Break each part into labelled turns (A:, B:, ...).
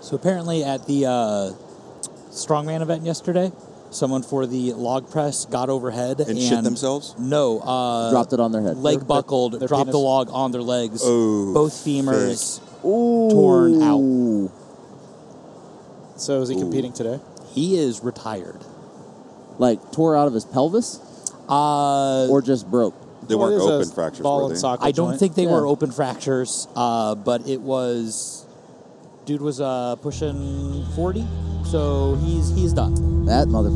A: So apparently, at the uh, strongman event yesterday, someone for the log press got overhead and,
B: And shit themselves?
A: No, uh,
C: Dropped it on their head.
A: leg
C: Their-
A: buckled,
D: their
A: dropped the
D: penis.
A: log on their legs,
B: Oh,
A: both femurs.
C: Ooh.
A: torn out.
D: So is he competing today?
A: He is retired.
C: Like tore out of his pelvis
A: Uh,
C: or just broke.
B: They
D: Well, it
B: weren't
D: is a
B: open fractures,
D: Ball
B: were
D: and
B: they?
D: socket
A: I don't
D: joint.
A: think they
C: Yeah.
A: were open fractures, uh, but it was. Dude was uh, pushing forty, so he's he's done.
C: That mother.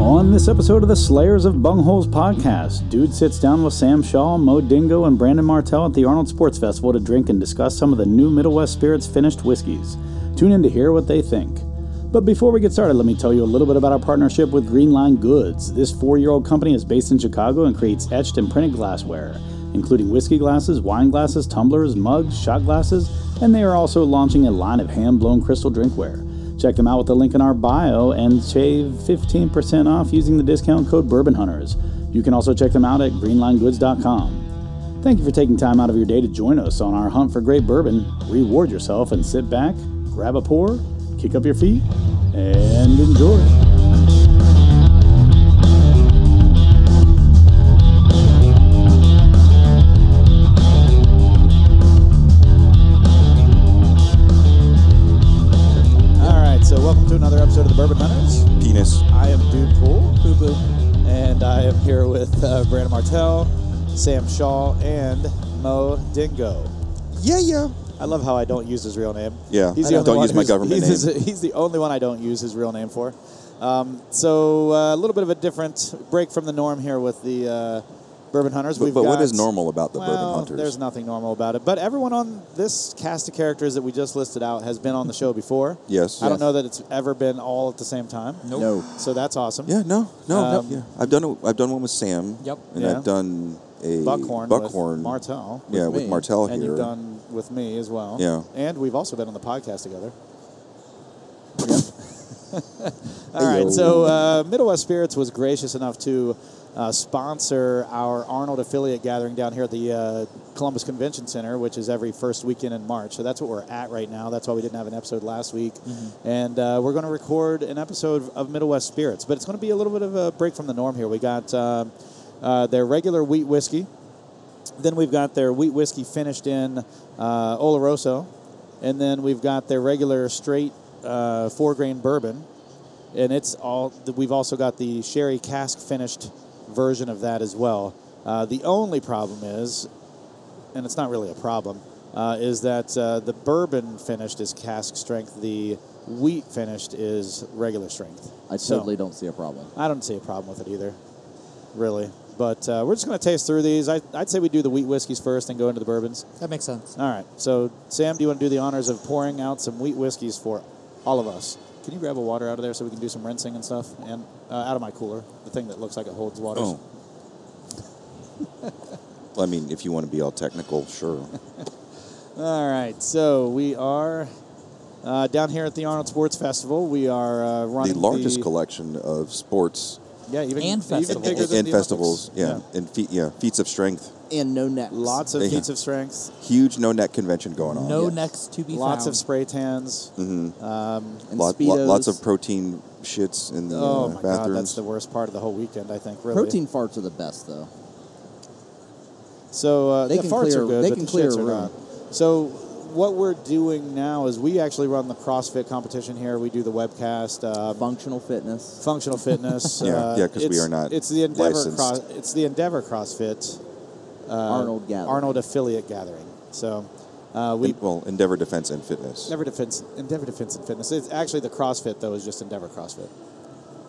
E: On this episode of the Slayers of Bungholes podcast, Dude sits down with Sam Shaw, Mo Dingo, and Brandon Martell at the Arnold Sports Festival to drink and discuss some of the new Middle West Spirits finished whiskeys. Tune in to hear what they think. But before we get started, let me tell you a little bit about our partnership with Green Line Goods. This four year old company is based in Chicago and creates etched and printed glassware, including whiskey glasses, wine glasses, tumblers, mugs, shot glasses, and they are also launching a line of hand blown crystal drinkware. Check them out with the link in our bio and shave 15% off using the discount code Bourbon Hunters. You can also check them out at greenlinegoods.com. Thank you for taking time out of your day to join us on our hunt for great bourbon. Reward yourself and sit back, grab a pour, kick up your feet, and enjoy.
D: All right. So welcome to another episode of the Bourbon Hunters.
B: Penis.
D: I am Dude Pool, Boo Boo, and I am here with uh, Brandon Martell, Sam Shaw, and Mo Dingo.
B: Yeah, yeah.
D: I love how I don't use his real name.
B: Yeah, I don't use my
D: who's-
B: government
D: he's,
B: name.
D: He's, he's the only one I don't use his real name for. Um, so uh, a little bit of a different break from the norm here with the uh, Bourbon Hunters.
B: But,
D: We've
B: but what
D: got-
B: is normal about the
D: well,
B: bourbon hunters?
D: There's nothing normal about it. But everyone on this cast of characters that we just listed out has been on the show before.
B: Yes.
D: I don't
B: Yes.
D: know that it's ever been all at the same time.
A: Nope.
C: No.
D: So that's awesome.
B: Yeah, no, no,
D: Um,
B: no. Yeah. I've done a- I've done one with Sam.
A: Yep.
B: And
D: Yeah.
B: I've done a
D: Buckhorn.
B: Buckhorn.
D: With Martel.
B: yeah,
C: with
B: with
C: me.
B: Martell
D: and
B: here.
D: you've done with me as well.
B: Yeah.
D: And we've also been on the podcast together. All
C: Hey,
D: right,
C: yo.
D: so uh, Middle West Spirits was gracious enough to uh, sponsor our Arnold affiliate gathering down here at the uh, Columbus Convention Center, which is every first weekend in March. So that's what we're at right now. That's why we didn't have an episode last week. And uh, we're going to record an episode of Middle West Spirits, but it's going to be a little bit of a break from the norm here. We got uh, uh, their regular wheat whiskey, then we've got their wheat whiskey finished in uh, Oloroso, and then we've got their regular straight uh, four grain bourbon, and it's all. We've also got the sherry cask finished version of that as well. Uh, the only problem is, and it's not really a problem, uh, is that uh, the bourbon finished is cask strength, the wheat finished is regular strength.
C: I
D: So-
C: totally don't see a problem.
D: I don't see a problem with it either, really. But uh, we're just going to taste through these. I, I'd say we do the wheat whiskeys first, then go into the bourbons.
A: That makes sense.
D: All right. So, Sam, do you want to do the honors of pouring out some wheat whiskeys for all of us? Can you grab a water out of there so we can do some rinsing and stuff? And uh, out of my cooler, the thing that looks like it holds water.
B: Oh. I mean, if you want to be all technical, sure.
D: All right. So we are uh, down here at the Arnold Sports Festival. We are uh, running
B: the largest
D: the-
B: collection of sports
D: Yeah, even,
A: And
D: even
A: festivals.
D: bigger
B: and,
D: than the
B: festivals.
D: Olympics.
B: Yeah, and feat, yeah, feats of strength.
C: And no necks.
D: Lots of
B: Yeah.
D: feats of strength.
B: Huge no neck convention going on.
A: No
C: Yes.
A: necks to be
D: Lots
A: found.
D: of spray tans.
B: Mm-hmm.
C: and
B: Lot- lo-
C: Speedos.
B: lots of protein shits in the
D: Oh
B: uh,
D: my god, that's
B: bathrooms.
D: the worst part of the whole weekend, I think. Really.
C: Protein farts are the best though.
D: So uh,
C: They
D: the
C: can
D: farts
C: clear-
D: are good.
C: they
D: but
C: can
D: the
C: clear
D: shits
C: a
D: are
C: room.
D: not. So what we're doing now is we actually run the CrossFit competition here. We do the webcast. Um,
C: Functional fitness.
D: Functional fitness.
B: Yeah,
D: uh,
B: yeah, 'cause we
D: it's-
B: are not
D: It's the Endeavor.
B: licensed.
D: Cross, it's the Endeavor CrossFit
C: Uh,
D: uh,
C: Arnold gathering.
D: Arnold affiliate gathering. So uh, we
B: En- well, Endeavor Defense and Fitness.
D: Endeavor Defense Endeavor Defense and Fitness. It's actually the CrossFit though is just Endeavor CrossFit,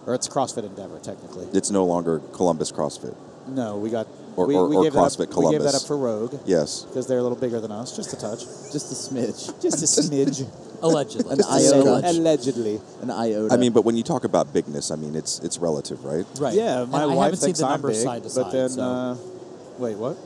D: or it's CrossFit Endeavor technically.
B: It's no longer Columbus CrossFit.
D: No, we got
B: Or-
D: we,
B: or-
D: we
B: or
D: gave that
B: CrossFit
D: up, We gave that
B: Columbus.
D: up for Rogue
B: Yes.
D: because they're a little bigger than us, just a touch,
C: Just a smidge.
D: just a smidge.
A: allegedly.
C: An iota.
D: Allegedly.
C: An iota.
B: I mean, but when you talk about bigness, I mean it's it's relative, right?
A: right.
D: Yeah,
A: And
D: my
A: I
D: wife
A: haven't seen
D: thinks
A: the
D: I'm
A: numbers
D: big,
A: side to
D: but
A: side.
D: then,
A: so
D: uh, wait, what?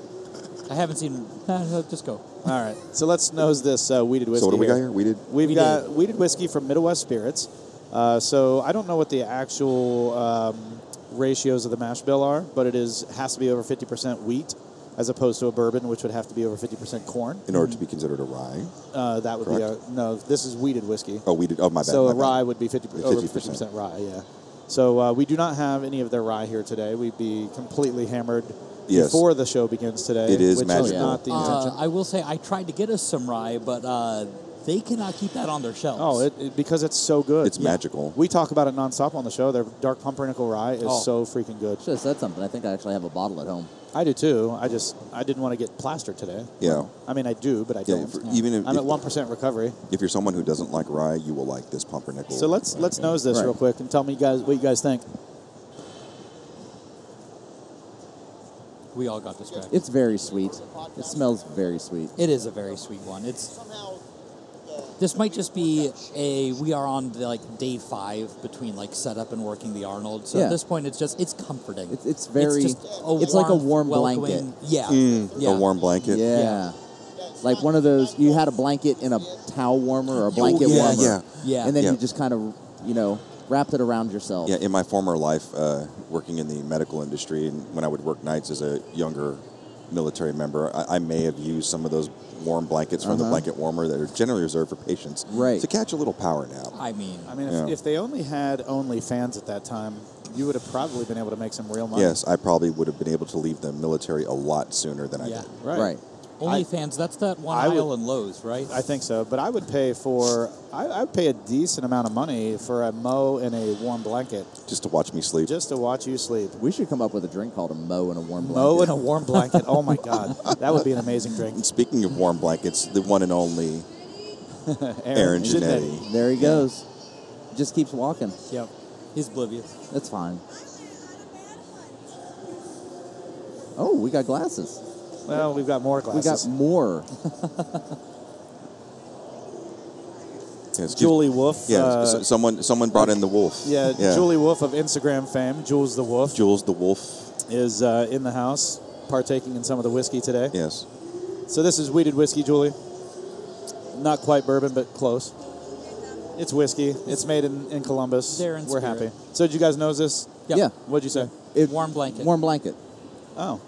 A: I haven't seen. Nah, no, just go.
D: All right, so let's nose this uh, weeded whiskey.
B: so what do we got
D: here.
B: here? We did.
D: We've
A: Weeded.
D: got weeded whiskey from Middle West Spirits. Uh, so I don't know what the actual um, ratios of the mash bill are, but it is has to be over 50% wheat, as opposed to a bourbon, which would have to be over 50% corn.
B: in order to be considered a rye.
D: Uh, that would
B: Correct.
D: be a no. This is weeded whiskey.
B: Oh, we did. Oh, my bad.
D: So
B: my
D: a
B: bad.
D: rye would be 50, over
B: 50%.
D: 50% rye, yeah. So uh, we do not have any of their rye here today. We'd be completely hammered
B: Yes.
D: before the show begins today.
B: It is
D: which
B: magical.
D: not the intention.
A: Uh, I will say I tried to get us some rye, but uh, they cannot keep that on their shelves.
D: oh, it, it- because it's so good.
B: It's magical.
D: We talk about it nonstop on the show. Their dark pumpernickel rye is
A: Oh.
D: so freaking good.
C: Should have said something. I think I actually have a bottle at home.
D: I do too. I just I didn't want to get plastered today.
B: Yeah.
D: I mean I do, but I
B: Yeah,
D: don't.
B: for- even if-
D: I'm at
B: if-
D: one percent recovery.
B: If you're someone who doesn't like rye, you will like this pumpernickel.
D: So let's let's nose this
C: Right.
D: real quick and tell me you guys what you guys think.
A: we all got distracted.
C: It's very sweet. It smells very sweet.
A: It is a very sweet one. It's this might just be a we are on like day five between like setup and working the Arnold. So
C: Yeah.
A: at this point, it's just it's comforting.
C: It's- it's very-
A: just a
C: it's like a warm
A: welcoming-
C: blanket.
A: Yeah, yeah.
B: Mm. a warm blanket.
C: Yeah. Like one of those, you had a blanket in a towel warmer or a blanket
A: yeah,
C: warmer.
B: yeah.
A: Yeah.
C: And then
B: Yeah.
C: you just kind of, you know, wrapped it around yourself.
B: Yeah, in my former life, uh, working in the medical industry, and when I would work nights as a younger military member, I, I may have used some of those warm blankets from the
C: Uh-huh.
B: blanket warmer that are generally reserved for patients
C: Right.
B: to catch a little power nap.
A: I mean,
D: I mean, if,
B: Yeah.
D: if they only had only fans at that time, you would have probably been able to make some real money.
B: Yes, I probably would have been able to leave the military a lot sooner than I
A: yeah.
B: did.
D: Right.
C: Right.
A: OnlyFans. That's that one
D: I would-
A: aisle in Lowe's, right?
D: I think so, but I would pay for I, I would pay a decent amount of money for a mo and a warm blanket
B: Just to watch me sleep.
D: just to watch you sleep.
C: We should come up with a drink called a Mo and a warm blanket.
D: Mo and a warm blanket. Oh my God, that would be an amazing drink.
B: And Speaking of warm blankets, the one and only Aaron Janetti.
C: There he goes. Just keeps walking.
A: Yep. He's oblivious.
C: That's fine. Oh, we got glasses.
D: Well, we've got more
C: We got
D: glasses.
C: more.
B: Yes,
D: Julie Wolf.
B: Yeah,
D: uh,
B: so- someone someone brought in the wolf.
D: yeah, Julie Wolf of Instagram fame, Jules the Wolf,
B: Jules the wolf.
D: is uh, in the house partaking in some of the whiskey today.
B: Yes.
D: So this is weeded whiskey, Julie. Not quite bourbon, but close. It's whiskey. It's made in, in Columbus.
A: They're in
D: We're
A: spirit.
D: happy. So did you guys know this?
A: Yep.
C: Yeah.
D: What'd you say?
C: It-
A: Warm blanket.
C: Warm blanket.
D: Oh,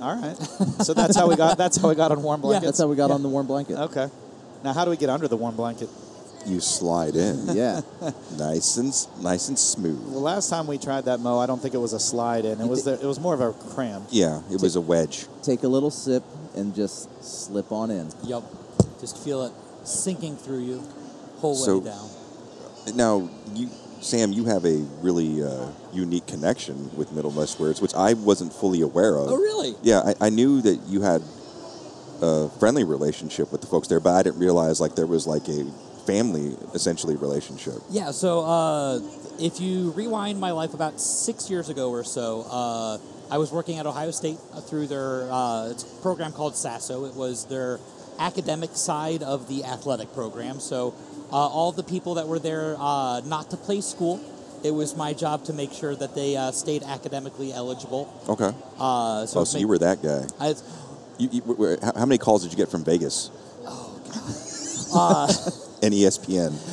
D: all right. so that's how we got. That's how we got on warm blankets.
C: That's how we got on the warm blanket.
D: okay. Now, how do we get under the warm blanket?
B: You slide in.
C: Yeah.
B: nice and s- nice and smooth.
D: Well, last time we tried that mo, I don't think it was a slide in. It was the, it was more of a cram.
B: Yeah, it was a wedge.
C: Take a little sip and just slip on in.
A: Yep. Just feel it sinking through you, whole way
B: So-
A: down.
B: Now, you, Sam, you have a really uh, unique connection with Middle West Spirits, which I wasn't fully aware of.
A: Oh, really?
B: Yeah, I, I knew that you had a friendly relationship with the folks there, but I didn't realize like there was like a family essentially relationship.
A: Yeah, so uh, if you rewind my life about six years ago or so, uh, I was working at Ohio State uh, through their uh, it's a program called SASO. It was their academic side of the athletic program. So uh, all the people that were there uh, not to play school, it was my job to make sure that they uh, stayed academically eligible.
B: Okay.
A: Uh, so
B: Oh, so
A: make-
B: you were that guy.
A: I,
B: You, you, wh- wh- how how many calls did you get from Vegas? Oh, God. and ESPN.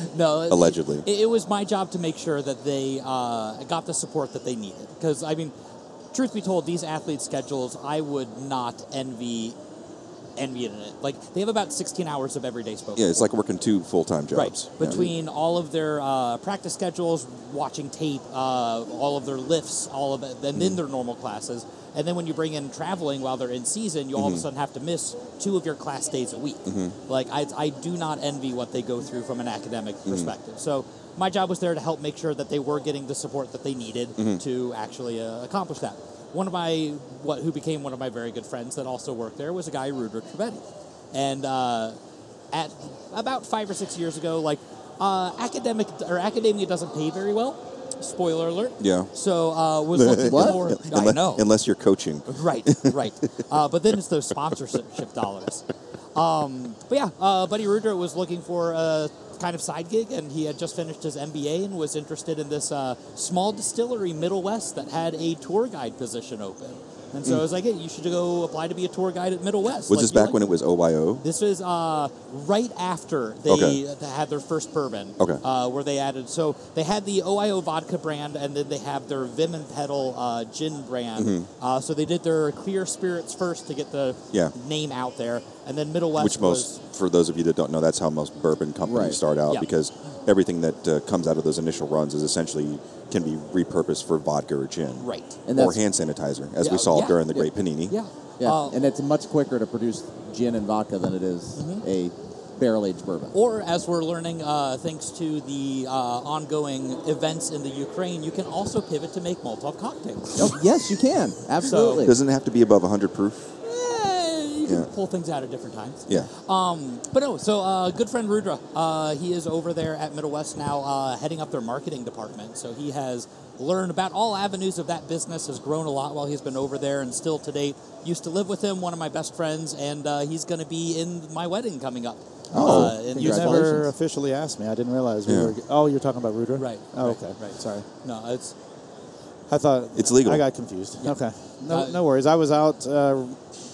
A: No, it-
B: Allegedly.
A: It, it was my job to make sure that they uh, got the support that they needed. Because I mean, truth be told, these athlete schedules, I would not envy envy it. in it. Like they have about 16 hours of everyday spoken.
B: Yeah, it's like working two full time jobs.
A: Right.
B: Yeah.
A: Between all of their uh, practice schedules, watching tape, uh, all of their lifts, all of it, and
B: Mm-hmm.
A: then their normal classes. And then when you bring in traveling while they're in season, you all
B: Mm-hmm.
A: of a sudden have to miss two of your class days a week. Like, I, I do not envy what they go through from an academic
B: Mm-hmm.
A: perspective. So, my job was there to help make sure that they were getting the support that they needed
B: Mm-hmm.
A: to actually uh, accomplish that. One of my, what who became one of my very good friends that also worked there was a guy, Rudra Trevetti. And uh, at about five or six years ago, like uh, academic or academia doesn't pay very well. Spoiler alert.
B: Yeah.
A: So uh, was looking
C: What?
A: for. I
B: Unless,
A: know.
B: unless you're coaching.
A: Right, right. uh, but then it's those sponsorship dollars. Um, but yeah, uh, Buddy Rudra was looking for a kind of side gig, and he had just finished his MBA and was interested in this uh, small distillery Middle West that had a tour guide position open. And so I was like, hey, you should go apply to be a tour guide at Middle West.
B: Was
A: Like,
B: this
A: you
B: Mm. back
A: like-
B: when it was OYO?
A: This was uh, right after they,
B: Okay.
A: they had their first bourbon.
B: Okay.
A: Uh, where they added, so they had the OIO vodka brand, and then they have their Vim and Pedal uh, gin brand. Uh, so they did their clear spirits first to get the
B: Mm-hmm. Yeah.
A: name out there, and then Middle West
B: Which
A: was
B: most, for those of you that don't know, that's how most bourbon companies
C: Right.
B: start out
A: Yeah.
B: because everything that uh, comes out of those initial runs is essentially can be repurposed for vodka or gin,
A: right.
C: And
B: or
C: that's-
B: hand sanitizer, as
A: Yeah,
B: we saw
A: yeah,
B: during the
A: yeah.
B: Great Panini.
A: Yeah.
C: Yeah,
A: Uh,
C: and it's much quicker to produce gin and vodka than it is a barrel aged bourbon.
A: or as we're learning, uh, thanks to the uh, ongoing events in the Ukraine, you can also pivot to make Molotov cocktails.
C: Oh, yes, you can. Absolutely.
B: Doesn't it have to be above 100 proof?
A: Eh, you can
B: Yeah.
A: pull things out at different times.
B: Yeah.
A: Um, but no, so uh, good friend Rudra, uh, he is over there at Middle West now, uh, heading up their marketing department. So he has learned about all avenues of that business, has grown a lot while he's been over there, and still to date used to live with him, one of my best friends, and uh, he's going to be in my wedding coming up.
B: Oh,
A: uh, in
D: You
A: Utah.
D: never officially asked me. I didn't realize we
B: Yeah.
D: were. Oh, you're talking about Rudra?
A: Right,
D: Oh,
A: right,
D: okay.
A: right.
D: Sorry.
A: No, it's
D: I thought
B: It's legal.
D: I got confused. Okay. No,
A: Uh,
D: no worries. I was out uh,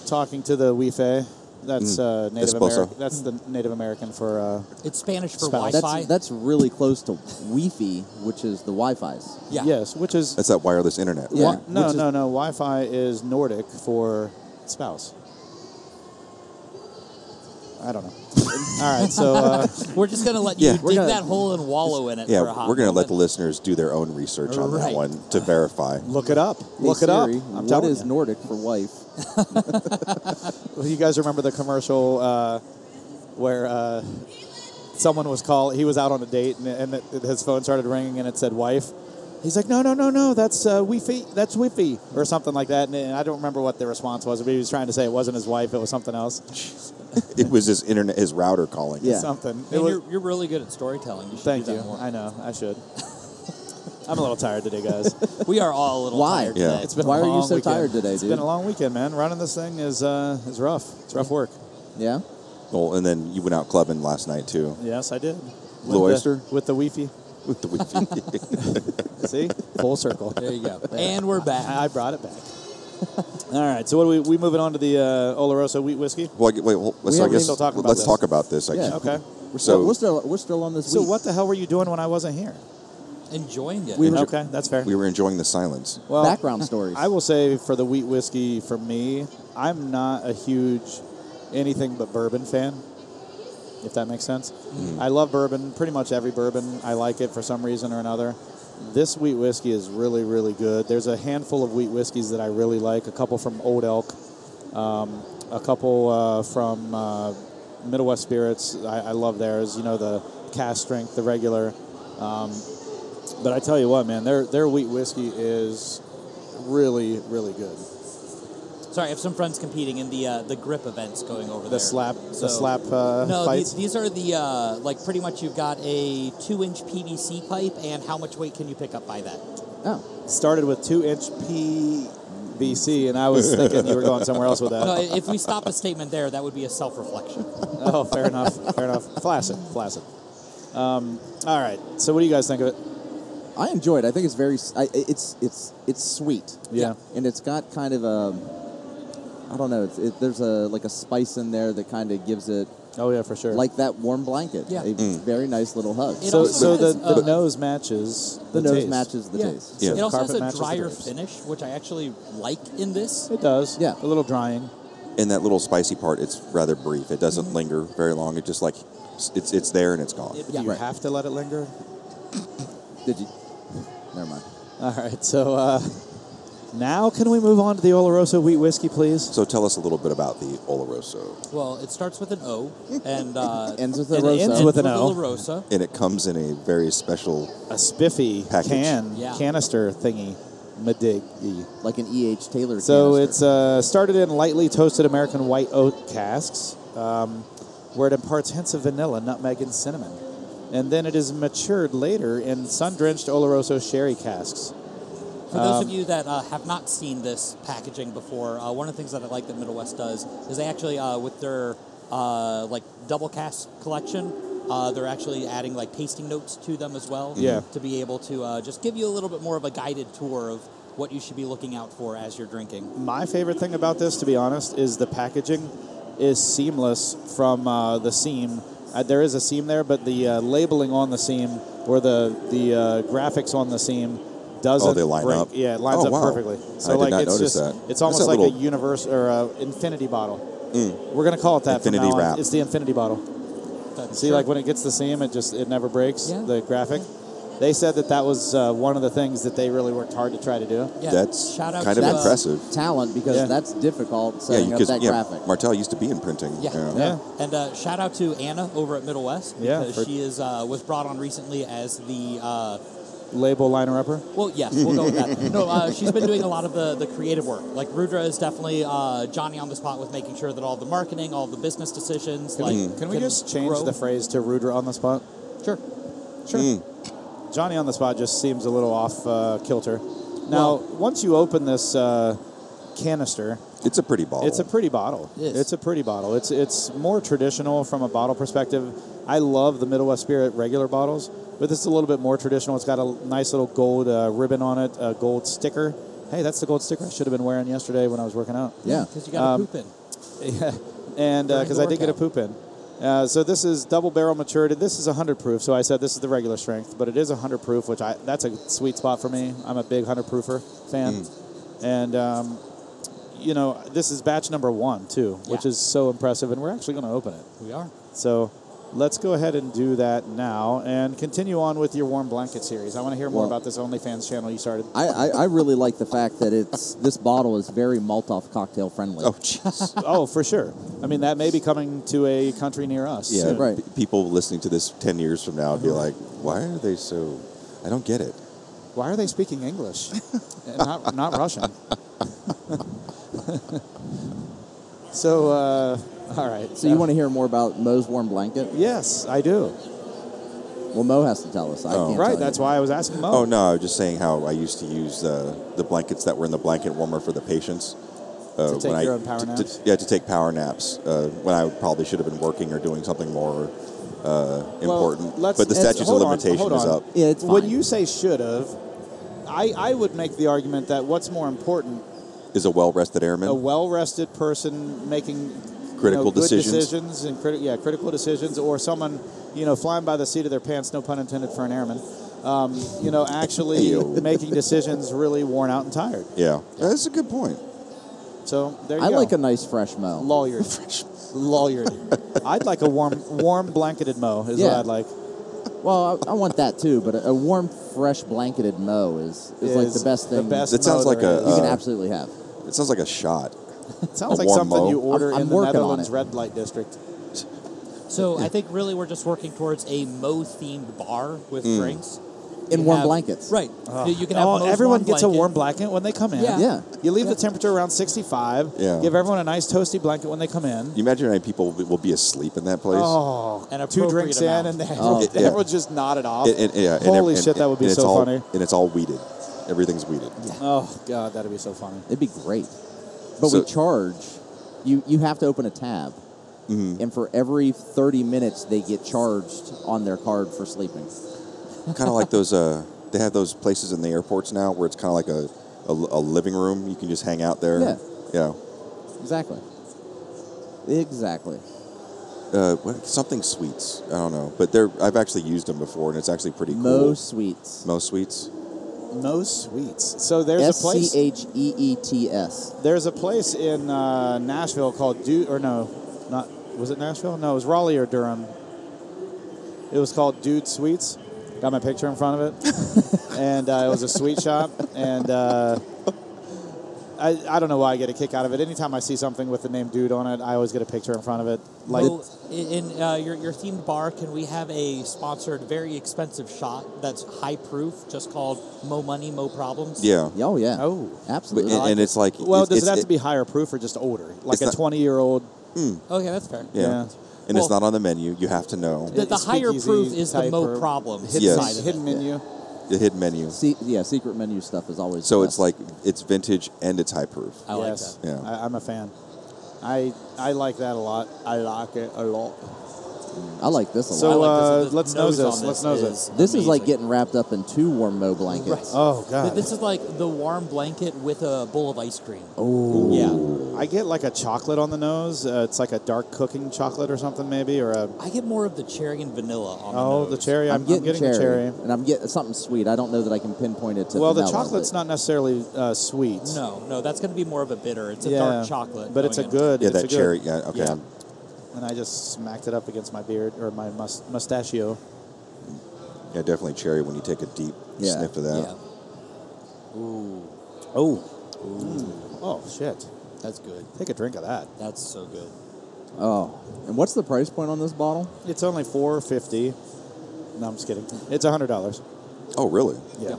D: talking to the Wife. That's uh, Native
B: Esposo.
D: American. That's the Native American for. Uh,
A: it's Spanish for
D: Spouse.
A: Wi-Fi.
C: that's, that's really close to Wi-Fi, which is the Wi-Fi's.
A: yeah.
D: Yes, which is
B: That's that wireless internet.
C: Yeah.
D: Wi- no,
C: which is-
D: no, no. Wi-Fi is Nordic for spouse. I don't know. All right, so uh,
A: We're just going to let
B: Yeah,
A: you
B: we're
A: dig
C: gonna-
A: that hole and wallow in it
B: Yeah,
A: for a hot
B: we're going to let the
A: moment.
B: listeners do their own research on
A: Right.
B: that one to verify.
D: look it up. Look
C: Hey,
D: it up.
C: Siri,
D: I'm
C: what
D: telling
C: is
D: you.
C: Nordic for wife?
D: Well, you guys remember the commercial uh, where uh, someone was called? He was out on a date, and, and it, his phone started ringing, and it said "wife." He's like, "No, no, no, no, that's uh, Wi-Fi, that's Wi-Fi, or something like that." And, and I don't remember what the response was, but he was trying to say it wasn't his wife; it was something else.
B: It was his internet, his router calling.
C: Yeah.
D: Something. It
A: Man,
D: was-
A: you're, you're really good at storytelling. You should
D: Thank
A: do that
D: you.
A: more.
D: I know. I should. I'm a little tired today, guys.
A: We are all a little
C: Why?
A: tired
B: Yeah.
A: today.
B: It's
D: been a
C: Why are you
D: long
C: so
D: weekend.
C: tired today,
D: It's
C: dude?
D: been a long weekend, man. Running this thing is uh, is rough. It's rough work.
C: Yeah.
B: Well, and then you went out clubbing last night too
D: Yes, I did.
B: Blue
D: With the-
B: Oyster?
D: with the Wi-Fi.
B: with the Wi-Fi.
D: See, full circle.
A: There you go. and we're back.
D: I I brought it back. All right. So what are we we moving on to the uh, Oloroso wheat whiskey?
B: well, I, g- wait, well,
C: We
B: so I
C: haven't
B: guess
D: even talked about
B: let's
D: this.
B: talk about this. I
C: Yeah.
B: guess.
D: Okay.
B: So-
C: We're still, we're still we're still on this.
D: So
C: wheat.
D: what the hell were you doing when I wasn't here?
A: Enjoying it.
C: We were-
D: Okay, that's fair.
B: We were enjoying the silence.
D: well,
C: background stories?
D: I will say for the wheat whiskey, for me, I'm not a huge anything but bourbon fan. If that makes sense, I love bourbon. Pretty much every bourbon, I like it for some reason or another. This wheat whiskey is really, really good. There's a handful of wheat whiskeys that I really like. A couple from Old Elk, um, a couple uh, from uh, Middle West Spirits. I, I love theirs. You know the cast strength, the regular. Um, but I tell you what, man, their their wheat whiskey is really really good.
A: Sorry, I have some friends competing in the uh, the grip events going over
D: The
A: there.
D: slap
A: So-
D: the slap uh,
A: No,
D: fights.
A: these, these are the uh, like pretty much you've got a two inch PVC pipe and how much weight can you pick up by that?
C: Oh,
D: Started with two inch PVC, and I was thinking you were going somewhere else with that.
A: No, if we stop the statement there, that would be a self reflection.
D: oh, fair enough. Fair enough. Flaccid, flaccid. Um, all right. So, what do you guys think of it?
C: I enjoyed. it. I think it's very. s- I, it's it's it's sweet.
D: Yeah.
C: And it's got kind of a. I don't know. It's, it, there's a like a spice in there that kind of gives it
D: Oh yeah, for sure.
C: like that warm blanket.
A: Yeah.
C: A very nice little hug.
A: It
D: so,
A: also
D: so the,
A: has,
D: the
A: uh,
D: nose matches
C: the nose
D: taste.
C: matches the
A: Yeah.
C: taste.
B: Yeah.
A: It also
D: Carpet
A: has
D: matches
A: a
D: the
A: drier
D: grapes.
A: finish, which I actually like in this.
D: It does.
C: Yeah.
D: A little drying.
B: And that little spicy part, it's rather brief. It doesn't
D: Mm-hmm.
B: linger very long. It just like it's it's there and it's gone.
A: It-
D: Do
A: yeah.
D: you have to let it linger?
C: Did you? Never mind.
D: All right, so uh, now can we move on to the Oloroso wheat whiskey, please?
B: so tell us a little bit about the Oloroso,
A: Well, it starts with an O and uh,
C: Ends with a
D: And it
C: rosa.
D: ends
A: ends
D: with an
A: a
D: O.
A: La Rosa.
B: and it comes in a very special.
D: A spiffy
B: Package.
D: can
A: Yeah.
D: canister thingy, madig.
C: like an E. H. Taylor.
D: So
C: canister.
D: it's uh, started in lightly toasted American white oak casks, um, where it imparts hints of vanilla, nutmeg, and cinnamon, and then it is matured later in sun-drenched Oloroso sherry casks.
A: For
D: Um,
A: those of you that uh, have not seen this packaging before, uh, one of the things that I like that Middle West does is they actually, uh, with their uh, like double cast collection, uh, they're actually adding like tasting notes to them as well.
D: Yeah.
A: To be able to uh, just give you a little bit more of a guided tour of what you should be looking out for as you're drinking.
D: My favorite thing about this, to be honest, is the packaging is seamless from uh, the seam. Uh, there is a seam there, but the uh, labeling on the seam or the the uh, graphics on the seam doesn't
B: Oh, they line
D: break.
B: up?
D: Yeah, it lines
B: Oh,
D: up
B: wow.
D: perfectly.
B: I
D: So
B: did
D: like
B: not
D: it's
B: notice
D: just
B: that.
D: it's
B: That's
D: almost
B: a
D: like a
B: little-
D: universe or a infinity bottle. We're gonna call it that
B: Infinity
D: from now
B: wrap.
D: on. It's the infinity bottle.
A: But
D: See,
A: sure.
D: like when it gets the seam, it just it never breaks
A: Yeah.
D: the graphic. They said that that was uh, one of the things that they really worked hard to try to do.
A: Yeah,
B: That's
A: shout out
B: kind
A: to,
B: of
A: uh,
B: impressive.
C: talent because
D: Yeah.
C: that's difficult
B: Yeah,
C: setting up
B: because
C: that
B: yeah,
C: graphic.
B: Martel used to be in printing.
A: Yeah.
D: Yeah.
A: And uh, shout out to Anna over at Middle West
D: Yeah,
A: because
D: for-
A: she is uh, was brought on recently as the uh,
D: Label liner upper.
A: well, yes, we'll go with that. No, uh, she's been doing a lot of the, the creative work. Like Rudra is definitely uh, Johnny on the spot with making sure that all the marketing, all the business decisions. like,
D: Can we just change
A: grow.
D: the phrase to Rudra on the spot?
A: Sure.
D: Sure. Johnny on the spot just seems a little off uh, kilter. Now, once you open this uh, canister,
B: It's a pretty ball.
D: it's a pretty bottle.
A: It is.
D: It's a pretty bottle. It's it's more traditional from a bottle perspective. I love the Middle West Spirit regular bottles, but this is a little bit more traditional. It's got a nice little gold uh, ribbon on it, a gold sticker. Hey, that's the gold sticker I should have been wearing yesterday when I was working out.
C: yeah.
A: Because you
D: um,
A: got to poop in.
D: Yeah, and
A: During
D: because
A: the
D: I did get a poop in. Uh, so this is double barrel matured. This is 100 proof. So I said this is the regular strength, but it is 100 proof, which I that's a sweet spot for me. I'm a big 100 proofer fan, and um, you know this is batch number one too, which
A: Yeah.
D: is so impressive. And we're actually going to open it.
A: We are.
D: So let's go ahead and do that now, and continue on with your warm blanket series. I want to hear more
C: Well-
D: about this OnlyFans channel you started.
C: I, I, I really like the fact that it's this bottle is very Molotov cocktail friendly.
B: oh, jeez.
D: oh, for sure. I mean that may be coming to a country near us.
B: yeah,
D: soon.
C: right. Mm-hmm.
B: p- people listening to this 10 years from now would be like, why are they so. I don't get it.
D: Why are they speaking English? And not, not Russian. so, uh, all right. Uh,
C: So you want to hear more about Moe's warm blanket?
D: Yes, I do.
C: Well, Mo has to tell us. I
B: Oh.
C: can't
D: Right,
C: tell
D: that's
C: you.
D: why I was asking Mo.
B: Oh, no, I was just saying how I used to use uh, the blankets that were in the blanket warmer for the patients. Uh,
D: To take
B: I-
D: your own power
B: to- to-
D: naps?
B: yeah, to take power naps uh, when I probably should have been working or doing something more uh, important.
D: let's-
B: but the
D: it's-
B: statute of
D: hold on,
B: limitation
D: hold
B: is
D: on.
B: up.
C: Yeah, it's
D: When
C: fine.
D: you say should have, I, I would make the argument that what's more important,
B: Is a well rested airman?
D: a well-rested person making you know,
B: Critical
D: good
B: decisions.
D: decisions and criti- yeah, critical decisions, or someone you know flying by the seat of their pants, no pun intended for an airman. Um, you know, actually
B: Ew.
D: making decisions really worn out and tired.
B: yeah. That's a good point.
D: So there you
C: I
D: go.
C: like a nice fresh Mo.
D: lawyered. lawyered. I'd like a warm, warm blanketed mo. Is what
C: Yeah.
D: I'd like.
C: Well, I, I want that too, but a, a warm, fresh blanketed Mo is, is, like
D: Is
C: the best
D: the
C: thing
D: best
B: That sounds
D: mo
B: like
D: there
B: a,
C: you
D: is.
C: can
B: uh,
C: absolutely have.
B: It sounds like a shot.
D: It sounds
B: a
D: like
B: warm
D: something
B: mo.
D: you order
C: I'm-
D: in
C: I'm
D: the
C: working on
D: Netherlands
C: it.
D: red light district.
A: So I think really we're just working towards a Mo themed bar with
D: Mm.
A: drinks.
C: In
A: You
C: warm
A: have-
C: blankets.
A: Right. You- You can have
D: Oh,
A: Moe's
D: everyone
A: warm
D: gets a
A: blanket.
D: warm blanket when they come in.
A: Yeah.
C: Yeah.
D: You leave the temperature around 65.
B: Yeah.
D: Give everyone a nice toasty blanket when they come in.
B: You imagine how many people will be asleep in that place?
D: Oh,
A: An
D: two
A: appropriate
D: drinks
A: amount.
D: in, and then
C: Oh.
B: Yeah.
D: everyone's just nodded off.
B: And- and- yeah, and-
D: Holy
B: and-
D: shit, that would be
B: and it's
D: so
B: all-
D: funny.
B: And it's all weeded. Everything's weeded.
D: Oh god, that'd be so funny.
C: It'd be great. But
B: So-
C: we charge. You you have to open a tab,
B: Mm-hmm.
C: and for every thirty minutes they get charged on their card for sleeping.
B: kind of like those. Uh, they have those places in the airports now where it's kind of like a, a, a living room. You can just hang out there.
C: Yeah.
B: Yeah.
C: Exactly. Exactly.
B: Uh, what, something sweets. I don't know, but they're. I've actually used them before, and it's actually pretty cool.
C: Mo sweets.
B: Mo sweets.
D: No sweets. So there's a
C: S
D: place.
C: C H E E T S.
D: There's a place in uh, Nashville called Dude, or no, not was it Nashville? No, it was Raleigh or Durham. It was called Dude Sweets. Got my picture in front of it, and uh, it was a sweet shop. And uh, I, I don't know why I get a kick out of it. Anytime I see something with the name Dude on it, I always get a picture in front of it. Like
A: Mo, i- in uh, your, your themed bar, can we have a sponsored, very expensive shot that's high proof, just called Mo Money, Mo Problems?
B: Yeah.
C: Oh yeah.
D: Oh.
B: But,
C: Absolutely.
B: and, and it's like.
D: well,
B: it's,
D: does
B: it's-
D: it have to be higher proof or just older? Like
B: It's
D: a
B: not-
D: 20 year old.
A: Okay, that's fair.
B: Yeah.
D: yeah.
B: And
A: Well-
B: it's not on the menu. You have to know
A: The, the
D: It's
A: higher
D: speakeasy
A: proof is the
D: type
A: Mo
D: or-
A: Problems
B: Yes.
A: side of it.
D: Hidden menu.
B: the hidden menu.
C: Se- yeah, secret menu stuff is always.
B: So
C: the
B: it's
C: best.
B: like it's vintage and it's high proof.
A: I like
D: yes.
A: that.
B: that. Yeah.
D: I, I'm a fan. I I like that a lot. I like it a lot.
C: I like this a lot.
D: So,
A: I like
D: uh,
A: this. The
D: let's
A: nose
D: nose
A: on
D: this,
A: this
D: let's nose
A: is
C: this is like
A: amazing.
C: getting wrapped up in two warm mo blankets.
D: Oh
A: Th-
D: god.
A: This is like the warm blanket with a bowl of ice cream.
C: Oh,
A: Yeah.
D: I get like a chocolate on the nose. Uh, it's like a dark cooking chocolate or something maybe or a
A: I get more of the cherry and vanilla on
D: Oh,
A: the
D: the
A: nose.
D: cherry. I'm,
C: I'm getting,
D: the
C: cherry,
D: cherry.
C: and I'm getting something sweet. I don't know that I can pinpoint it to.
D: Well, the
C: vanilla,
D: chocolate's
C: but
D: not necessarily uh, sweet.
A: No, no, that's going to be more of a bitter. It's a
D: yeah,
A: dark chocolate.
D: But it's a
A: going
D: good.
B: Yeah,
D: it's
B: that
D: a good-
B: cherry. Yeah, okay.
D: Yeah.
B: I'm-
D: And I just smacked it up against my beard or my mus- mustachio.
B: Yeah, definitely cherry when you take a deep
C: Yeah.
B: sniff of
A: into
B: that.
A: it. Yeah. Ooh,
D: Oh. Oh shit!
A: that's good.
D: Take a drink of that.
A: That's so good.
C: Oh, and what's the price point on this bottle?
D: It's only four fifty. No, I'm just kidding. It's hundred dollars.
B: Oh, really?
D: Yeah.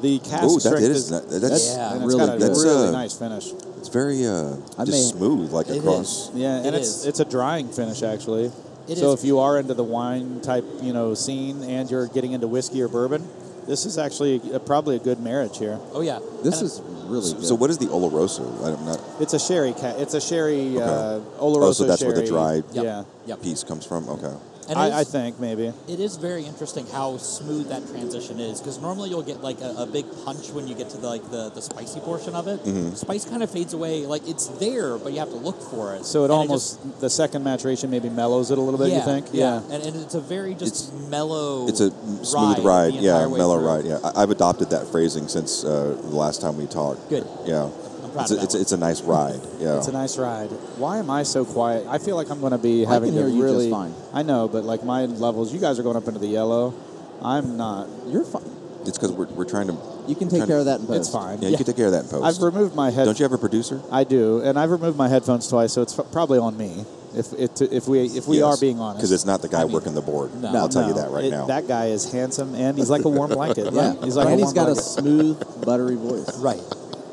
D: The cask
B: Oh, that
D: strength
B: is that- that's
A: Yeah.
D: and it's
C: really
D: got a
C: good.
B: That's,
D: really
B: uh,
D: nice finish.
B: it's very uh,
C: I
B: just
C: may-
B: smooth like
A: It
B: across.
D: Yeah, and
A: It
D: it's
A: is.
D: it's a drying finish actually.
A: It
D: so
A: is.
D: if you are into the wine type, you know, scene, and you're getting into whiskey or bourbon, this is actually uh probably a good marriage here.
A: Oh yeah.
C: This
A: And
C: is really
B: So,
C: good.
B: so what is the Oloroso? I'm not
D: It's a sherry cat. It's a sherry uh,
B: Okay.
D: Oloroso
B: Oh, so that's where the
D: sherry.
B: dried-
A: Yep.
D: Yeah,
A: Yep.
B: piece comes from. Okay.
A: And it
D: I,
A: is-
D: I think maybe.
A: It is very interesting how smooth that transition is because normally you'll get like a, a big punch when you get to the, like the, the spicy portion of it.
B: Mm-hmm.
A: Spice kind of fades away, like it's there, but you have to look for it.
D: So it
A: And
D: almost the second maturation maybe mellows it a little bit.
A: yeah,
D: you think?
A: Yeah, And, and it's a very just mellow.
B: It's a m- smooth ride.
A: the
B: yeah,
A: entire way
B: mellow
A: through.
B: ride. Yeah, I, I've adopted that phrasing since uh, the last time we talked.
A: Good.
B: Yeah.
A: I'm proud
B: it's,
A: of
B: a,
A: that
B: it's, a,
A: one.
B: it's a nice ride. Yeah.
D: It's a nice ride. Why am I so quiet? I feel like I'm going to be having
C: can
D: to
C: hear you just
D: really.
C: fine.
D: I know, but like my levels, you guys are going up into the yellow. I'm not.
C: You're fine.
B: It's because we're, we're trying to.
C: You can
B: we're
C: take
B: trying to-
C: care of that in post.
D: It's fine.
B: Yeah, you can take care of that in post.
D: I've removed my head.
B: Don't you have a producer?
D: I do, and I've removed my headphones twice, so it's f- probably on me. If it, if we if we are being honest,
B: Because it's not the guy
A: mean,
B: working the board.
A: no.
B: I'll tell you
D: No,
B: that right
D: it-
B: now.
D: That guy is handsome, and he's like a warm blanket.
C: Yeah,
D: he's like
C: Randy's
D: a warm
C: got a
D: blanket.
C: smooth, buttery voice.
A: right.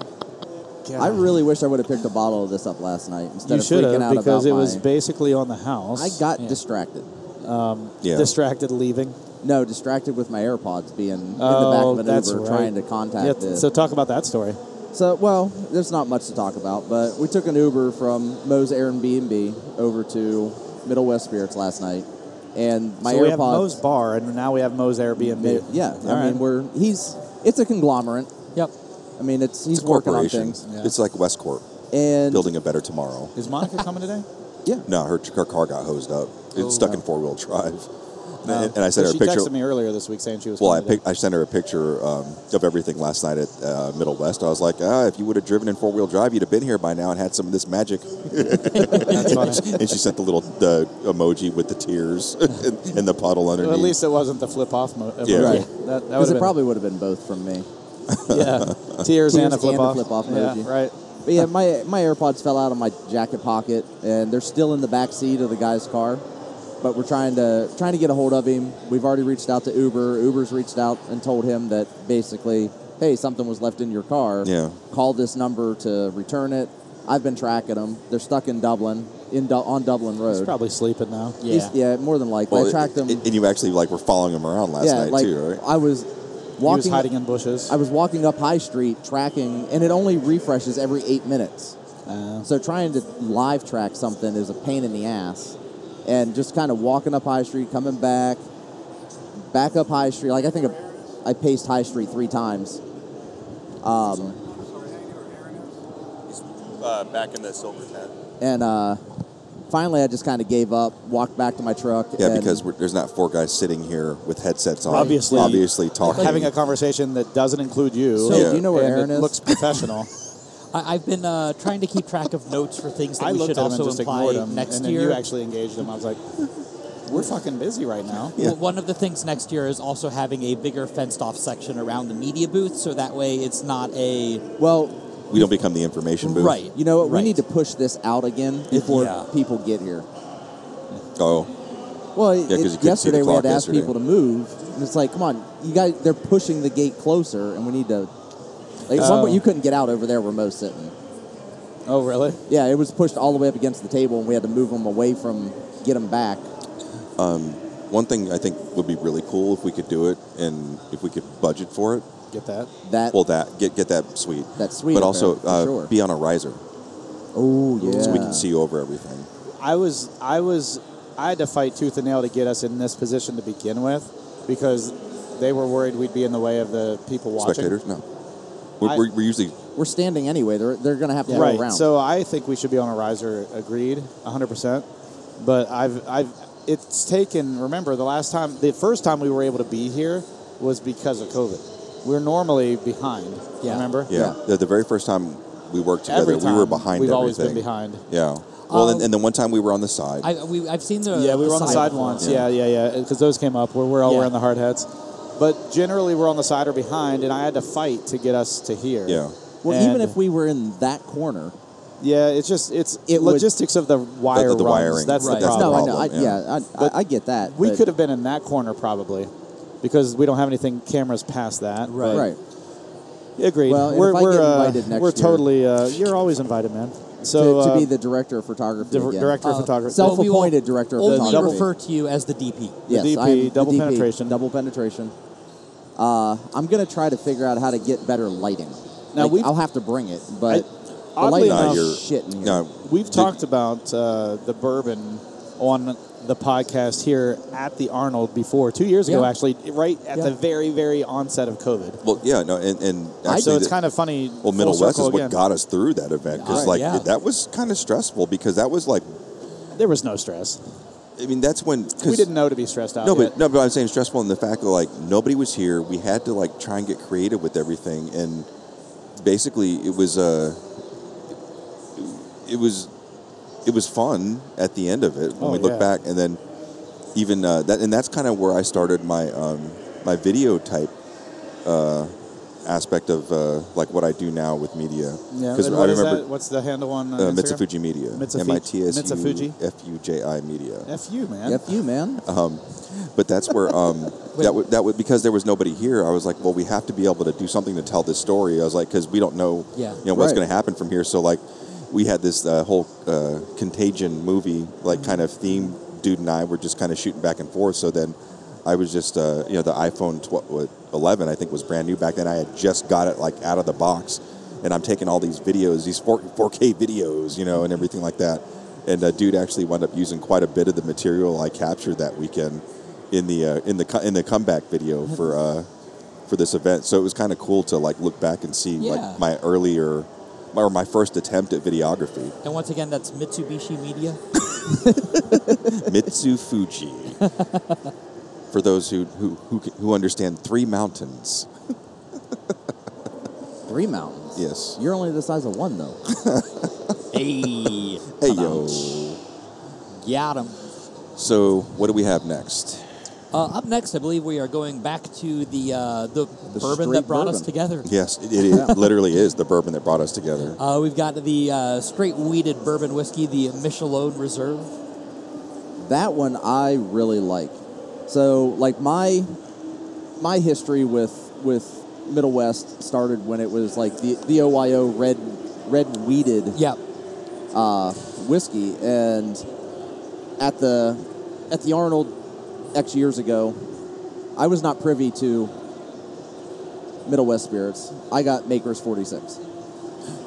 D: God.
C: I really wish I would have picked a bottle of this up last night instead
D: you
C: of
D: should
C: freaking out
D: have because
C: about
D: it was
C: my-
D: basically on the house.
C: I got distracted.
B: yeah.
D: distracted leaving.
C: No, distracted with my AirPods being in the back
D: oh,
C: of an
D: that's
C: Uber
D: right.
C: trying to contact
D: Yeah,
C: the.
D: So talk about that story.
C: So, well, there's not much to talk about, but we took an Uber from Moe's Airbnb over to Middle West Spirits last night, and my
D: so
C: AirPods.
D: we have Moe's bar, and now we have Moe's Airbnb.
C: Yeah,
D: All
C: I
D: right.
C: mean, we're he's it's a conglomerate.
A: Yep.
C: I mean, it's he's
B: It's a
C: working on
B: corporation.
C: things
D: Yeah.
B: It's like Westcorp,
C: and
B: building a better tomorrow.
D: Is Monica coming today?
C: Yeah,
B: No, her, her car got hosed up. It's
D: Oh,
B: stuck
D: no.
B: in four wheel drive. And,
D: No.
B: and I sent her a
D: she
B: picture.
D: texted me earlier this week saying she was.
B: Well, I,
D: coming
B: pic- I sent her a picture um, of everything last night at uh, Middle West. I was like, ah, if you would have driven in four wheel drive, you'd have been here by now and had some of this magic.
D: today. That's funny.
B: and she sent the little the emoji with the tears and, and the puddle underneath.
D: Well, at least it wasn't the flip off. Mo- emoji.
B: Yeah.
C: Right.
D: That, that
C: because
D: would've
C: it
D: been-
C: probably would have been both from me.
D: yeah. Tears,
C: and
D: and
C: a
D: a flip off.
C: flip-off emoji.
D: Yeah, right.
C: But yeah, my my AirPods fell out of my jacket pocket, and they're still in the back seat of the guy's car. But we're trying to trying to get a hold of him. We've already reached out to Uber. Uber's reached out and told him that basically, hey, something was left in your car.
B: Yeah.
C: Call this number to return it. I've been tracking them. They're stuck in Dublin, in Du- on Dublin
D: He's
C: Road.
D: probably sleeping now.
C: He's- yeah, more than likely.
B: Well,
C: I tracked them.
B: and you actually like were following him around last
C: yeah,
B: night
C: like
B: too, right?
C: I was
D: He was
C: walking.
D: hiding in bushes.
C: I was walking up High Street tracking, and it only refreshes every eight minutes.
B: Uh-huh.
D: Uh,
C: So trying to live track something is a pain in the ass, and just kind of walking up High Street, coming back, back up High Street. Like I think I paced High Street three times. Um,
B: Uh, back in the silver tent.
C: and uh, finally, I just kind of gave up, walked back to my truck.
B: Yeah,
C: and-
B: because we're, there's not four guys sitting here with headsets on,
D: Obviously-
B: obviously talking.
D: having a conversation that doesn't include you.
C: So,
B: Yeah.
C: do you know where
D: and
C: Aaron
D: it
C: is?
D: looks professional.
A: I, I've been uh, trying to keep track of notes for things that
D: I
A: we
D: looked
A: should
D: at him and
A: also
D: just ignored
A: imply
D: him.
A: next
D: and then
A: year.
D: you actually engaged him. I was like, uh, we're fucking busy right now.
A: Well, one of the things next year is also having a bigger fenced off section around the media booth, so that way it's not a
C: well,
B: we don't become the information booth.
A: right.
C: you know what?
A: right.
C: We need to push this out again before
A: Yeah.
C: people get here.
B: Oh,
C: Well,
B: Yeah, 'cause
C: it,
B: you couldn't see the
C: yesterday we had
B: clock
C: to ask
B: yesterday.
C: people to move, and it's like, come on, you guys, they're pushing the gate closer, and we need to. Like, at one
D: Oh.
B: Um,
C: point, you couldn't get out over there where Mo's sitting.
D: Oh, really?
C: Yeah, it was pushed all the way up against the table, and we had to move them away from, get them back.
B: one thing I think would be really cool if we could do it and if we could budget for it.
D: Get that.
C: That.
B: Well, that get get that suite.
C: That suite
B: But
C: up
B: also
C: there, for
B: uh,
C: sure.
B: be on a riser
C: oh yeah.
B: so we can see over everything.
D: I was, I was, I had to fight tooth and nail to get us in this position to begin with because they were worried we'd be in the way of the people watching.
B: Spectators? No. We're,
D: I-
B: we're, we're usually
C: We're standing anyway. They're they're going to have to roll
D: Right.
C: around.
D: So I think we should be on a riser. Agreed, 100. percent But I've I've it's taken. Remember the last time, the first time we were able to be here was because of COVID. We're normally behind.
C: Yeah.
D: Remember?
B: yeah. The, the very first time we worked together,
D: Every time
B: we were behind.
D: We've
B: everything.
D: always been behind.
B: Yeah. Well,
A: Um,
B: and, and the one time we were on the side.
A: I, we, I've seen the
D: Yeah, we were on the side
A: before.
D: once. Yeah, yeah, yeah. Because those came up. We're, we're all
A: Yeah.
D: wearing the hard hats. But generally, we're on the side or behind, and I had to fight to get us to here.
B: yeah.
C: well, even
D: and-
C: if we were in that corner,
D: Yeah, it's just it's
C: It would-
D: logistics of the wire
B: The- the
D: runs.
B: wiring.
D: That's
A: Right.
D: the
B: That's
D: problem.
B: the
C: no, I know. I,
B: problem, yeah.
C: yeah, I, I, I get that.
D: We
C: but-
D: could have been in that corner probably because we don't have anything cameras past that.
A: Right.
C: right.
D: But Agreed.
C: Well, and
D: we're
C: if I
D: we're,
C: get
D: uh,
C: invited next
D: we're
C: year-
D: totally uh, you're always invited, man. So
C: to, to
D: uh,
C: be the director of photography.
D: div-
C: again.
D: director
A: Uh,
D: of photography.
C: so-
A: But we will
C: Self-appointed director of
A: Only
C: photography.
A: refer to you as the DP.
C: Yes,
D: DP,
C: I am the
D: double
C: DP,
D: penetration.
C: Double penetration. Uh, I'm gonna try to figure out how to get better lighting.
D: Now,
C: Like,
D: we've-
C: I'll have to bring it, but the
D: oddly
C: lighting
D: enough-
B: No,
C: is
B: you're
C: shit in here.
B: no.
D: We've talked about uh, the bourbon on the podcast here at the Arnold before, two years ago,
A: Yeah.
D: actually, right at
A: Yeah.
D: the very, very onset of COVID.
B: Well, yeah. No. And and actually,
D: so it's
B: the-
D: kind of funny.
B: well, Middle
D: full
B: West is
D: circle
B: what
D: again.
B: got us through that event because
A: Right,
B: like
A: yeah.
B: that was kind of stressful because that was like
D: There was no stress.
B: I mean that's when cause,
D: We didn't know to be stressed out.
B: No,
D: yet.
B: but no, but I'm saying stressful in the fact that like nobody was here. We had to like try and get creative with everything, and basically it was uh, it was it was fun at the end of it when
D: Oh,
B: we look
D: yeah.
B: back, and then even uh, that, and that's kind of where I started my um, my video type. Uh, aspect of uh, like what I do now with media
D: yeah.
B: because
D: and
B: I
D: what is
B: remember
D: that? What's the handle on uh,
B: uh,
D: Instagram?
B: Mitsufuji Media
D: Mitsufuji-
B: M-I-T-S-U
D: Mitsufuji?
B: F-U-J-I Media
D: F you, man.
C: F you, man.
D: Uh,
B: but that's where um, that w- that w- because there was nobody here. I was like, well, we have to be able to do something to tell this story. I was like, because we don't know,
A: Yeah.
B: you know, what's
C: Right.
B: going to happen from here. So like, we had this uh, whole uh, contagion movie like kind of theme. Dude and I were just kind of shooting back and forth. So then, I was just uh, you know the iPhone tw- what, 11 I think was brand new back then. I had just got it like out of the box, and I'm taking all these videos, these 4 4K videos, you know, and everything like that. And uh, dude actually wound up using quite a bit of the material I captured that weekend in the uh, in the co- in the comeback video for uh, for this event. So it was kind of cool to like look back and see
A: Yeah.
B: like my earlier my, or my first attempt at videography.
A: And once again, that's Mitsubishi Media.
B: Mitsufuji. For those who, who who ca- who understand three mountains.
C: Three mountains.
B: Yes.
C: You're only the size of one though.
A: hey,
B: Hey yo.
A: got him.
B: So what do we have next?
A: Uh, up next, I believe we are going back to the uh, the, bourbon
C: straight
A: that brought us
C: bourbon.
A: together.
B: Yes, it, it is, literally is the bourbon that brought us together.
A: Uh, we've got the uh, straight weeded bourbon whiskey, the Michelin Reserve.
C: That one I really like. So like my my history with with Middle West started when it was like the the OYO red red weeded
A: Yeah,
C: uh, whiskey, and at the at the Arnold X years ago, I was not privy to Middle West spirits. I got Maker's Forty Six.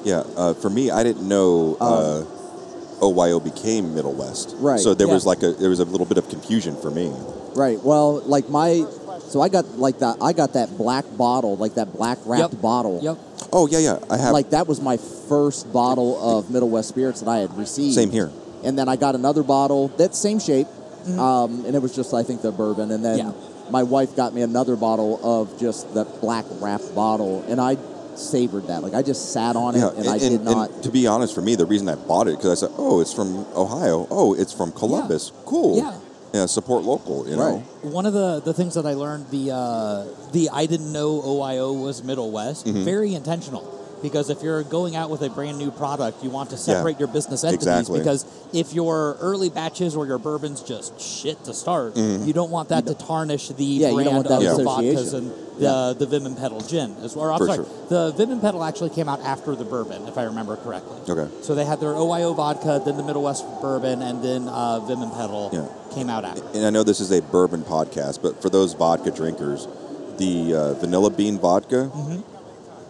B: Yeah, uh, for me, I didn't know
A: Oh.
B: uh, OYO became Middle West.
C: Right,
B: So there
A: yeah.
B: was like a there was a little bit of confusion for me.
C: Right. Well, like my so I got like that I got that black bottle, like that black wrapped
A: Yep.
C: bottle.
A: Yep.
B: Oh yeah, yeah, I have
C: Like that was my first bottle of Middle West spirits that I had received.
B: same here.
C: and then I got another bottle that same shape, um, and it was just I think the bourbon, and then
A: Yeah.
C: my wife got me another bottle of just the black wrapped bottle, and I savored that like I just sat on it
B: Yeah,
C: and, I did not.
B: to be honest, for me, the reason I bought it because I said, "Oh, it's from Ohio. Oh, it's from Columbus. Cool.
A: Yeah.
B: yeah, support local. You know,
C: Right.
A: One of the, the things that I learned the uh, the I didn't know OIO was Middle West
B: Mm-hmm.
A: very intentional because if you're going out with a brand new product, you want to separate your business entities
B: Exactly.
A: because if your early batches or your bourbons just shit to start,
B: Mm-hmm.
A: you don't want that to tarnish the
C: Yeah, you don't
A: brand
C: want that
A: of the
C: association.
A: vodkas and the the Vim and Pedal gin as well. Or, I'm
B: For
A: sorry,
B: sure.
A: the Vim and Pedal actually came out after the bourbon, if I remember correctly.
B: Okay.
A: So they had their OIO vodka, then the Middle West bourbon, and then uh, Vim and Pedal
B: Yeah.
A: came out after.
B: and I know this is a bourbon podcast, but for those vodka drinkers,
A: Mm-hmm.
B: the uh, vanilla bean vodka,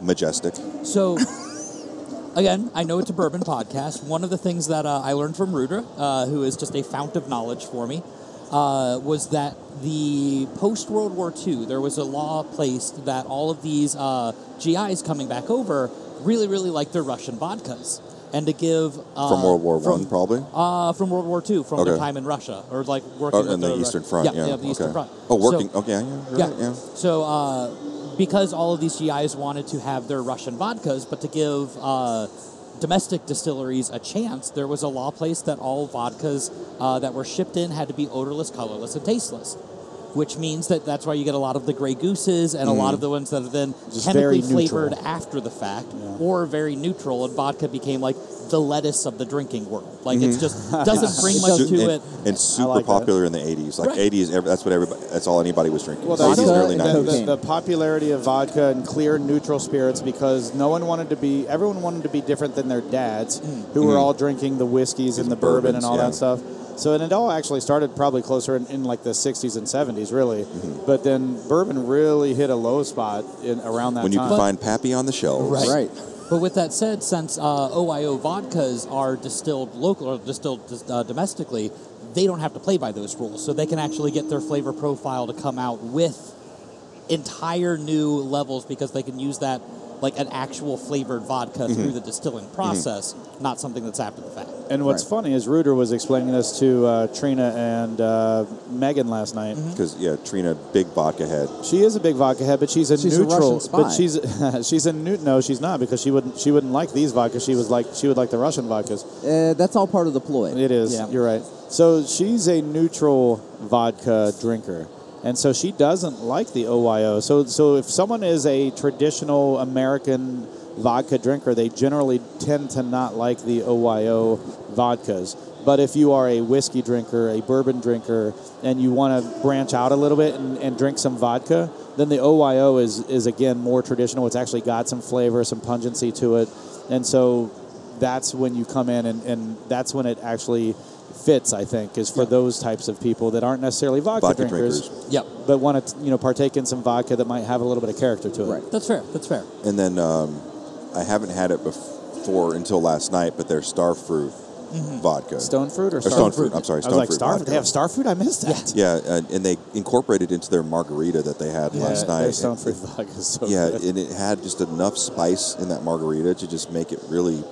B: majestic.
A: So again, I know it's a bourbon podcast. One of the things that uh, I learned from Rudra, uh, who is just a fount of knowledge for me, uh, was that the post World War II, there was a law placed that all of these uh, GIs coming back over really, really liked their Russian vodkas. And to give uh,
B: From World War
A: from-
B: One, probably.
A: uh, from World War II, from their
B: Okay.
A: time in Russia, or like working
B: oh,
A: with
B: in the,
A: Ru-
B: Eastern Front.
A: uh, Yeah, the
B: okay.
A: Eastern Front.
B: Oh,
A: So-
B: working. okay, yeah, yeah, you're
A: yeah.
B: right, yeah.
A: So uh, because all of these GIs wanted to have their Russian vodkas, but to give uh, domestic distilleries a chance, there was a law placed that all vodkas uh, that were shipped in had to be odorless, colorless, and tasteless. Which means that that's why you get a lot of the gray gooses and a lot of the ones that are then
D: Just
A: chemically
D: very neutral.
A: flavored after the fact or very neutral, and vodka became like the lettuce of the drinking world. Like it's just doesn't bring much
B: Su-
A: to
B: and,
A: it.
B: and super
D: like that.
B: popular in the 80s. Like
A: Right.
B: 80s, ev- that's what everybody. That's all anybody was drinking.
D: Well,
B: It was
D: that's
B: 80s,
C: Vodka
B: early
C: and
D: the,
B: 90s.
D: the,
C: cocaine.
D: the popularity of vodka and clear neutral spirits because no one wanted to be, everyone wanted to be different than their dads,
B: Hmm.
D: who were all drinking the whiskeys and the bourbon and
B: bourbons,
D: all
B: yeah.
D: that stuff. So, and it all actually started probably closer in, in like the 60s and 70s, really.
B: Mm-hmm.
D: But then bourbon really hit a low spot in around that
B: when you
D: time.
B: can find Pappy on the shelves.
C: Right.
A: But with that said, since uh, OIO vodkas are distilled local or distilled uh, domestically, they don't have to play by those rules, so they can actually get their flavor profile to come out with entire new levels because they can use that like an actual flavored vodka through the distilling process, not something that's after the fact.
D: and what's
C: Right.
D: funny is Ruder was explaining this to uh, Trina and uh, Megan last night.
B: Because, yeah, Trina, big vodka head.
D: She is a big vodka head, but she's a
C: She's a
D: neutral.
C: Russian
D: But
C: spy.
D: she's she's a new. No, she's not because she wouldn't she wouldn't like these vodkas. She was like she would like the Russian vodkas.
C: Uh, that's all part of the ploy.
D: It is.
A: Yeah.
D: You're right. So she's a neutral vodka drinker. And so she doesn't like the OYO. So so if someone is a traditional American vodka drinker, they generally tend to not like the OYO vodkas. But if you are a whiskey drinker, a bourbon drinker, and you want to branch out a little bit and, and drink some vodka, then the OYO is is again more traditional. It's actually got some flavor, some pungency to it. And so that's when you come in and, and that's when it actually fits i think is for those types of people that aren't necessarily vodka,
B: Vodka
D: drinkers,
B: drinkers.
A: Yep,
D: but want to you know partake in some vodka that might have a little bit of character to it
C: Right.
A: that's fair. That's fair.
B: And then um, I haven't had it before until last night, but their starfruit vodka.
D: Mm-hmm. stone fruit or,
B: Or
D: star
B: stone fruit. I'm sorry,
D: i
B: stone
D: was like
B: fruit.
D: star
B: vodka.
D: they have star fruit i missed that
B: Yeah, and, and they incorporated into their margarita that they had last
D: their
B: night.
D: stone fruit vodka is so
B: yeah,
D: good.
B: and it had just enough spice in that margarita to just make it really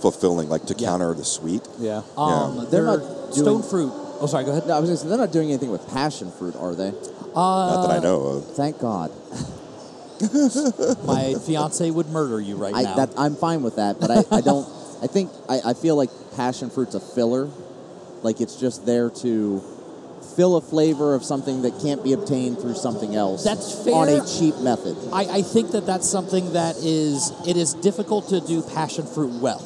B: fulfilling, like to
A: Yeah.
B: counter the sweet.
D: yeah
A: Um, their
C: They're not
A: stone
C: doing-
A: fruit. Oh, sorry. Go ahead.
C: No, I was gonna say, they're not doing anything with passion fruit, are they?
B: Not
D: Uh,
B: that I know of.
C: Thank God.
A: My fiance would murder you right
C: I,
A: now.
C: that, I'm fine with that, but I, I don't. I think I, I feel like passion fruit's a filler, like it's just there to fill a flavor of something that can't be obtained through something else.
A: That's
C: on
A: fair.
C: a cheap method.
A: I, I think that that's something that is it is difficult to do passion fruit well.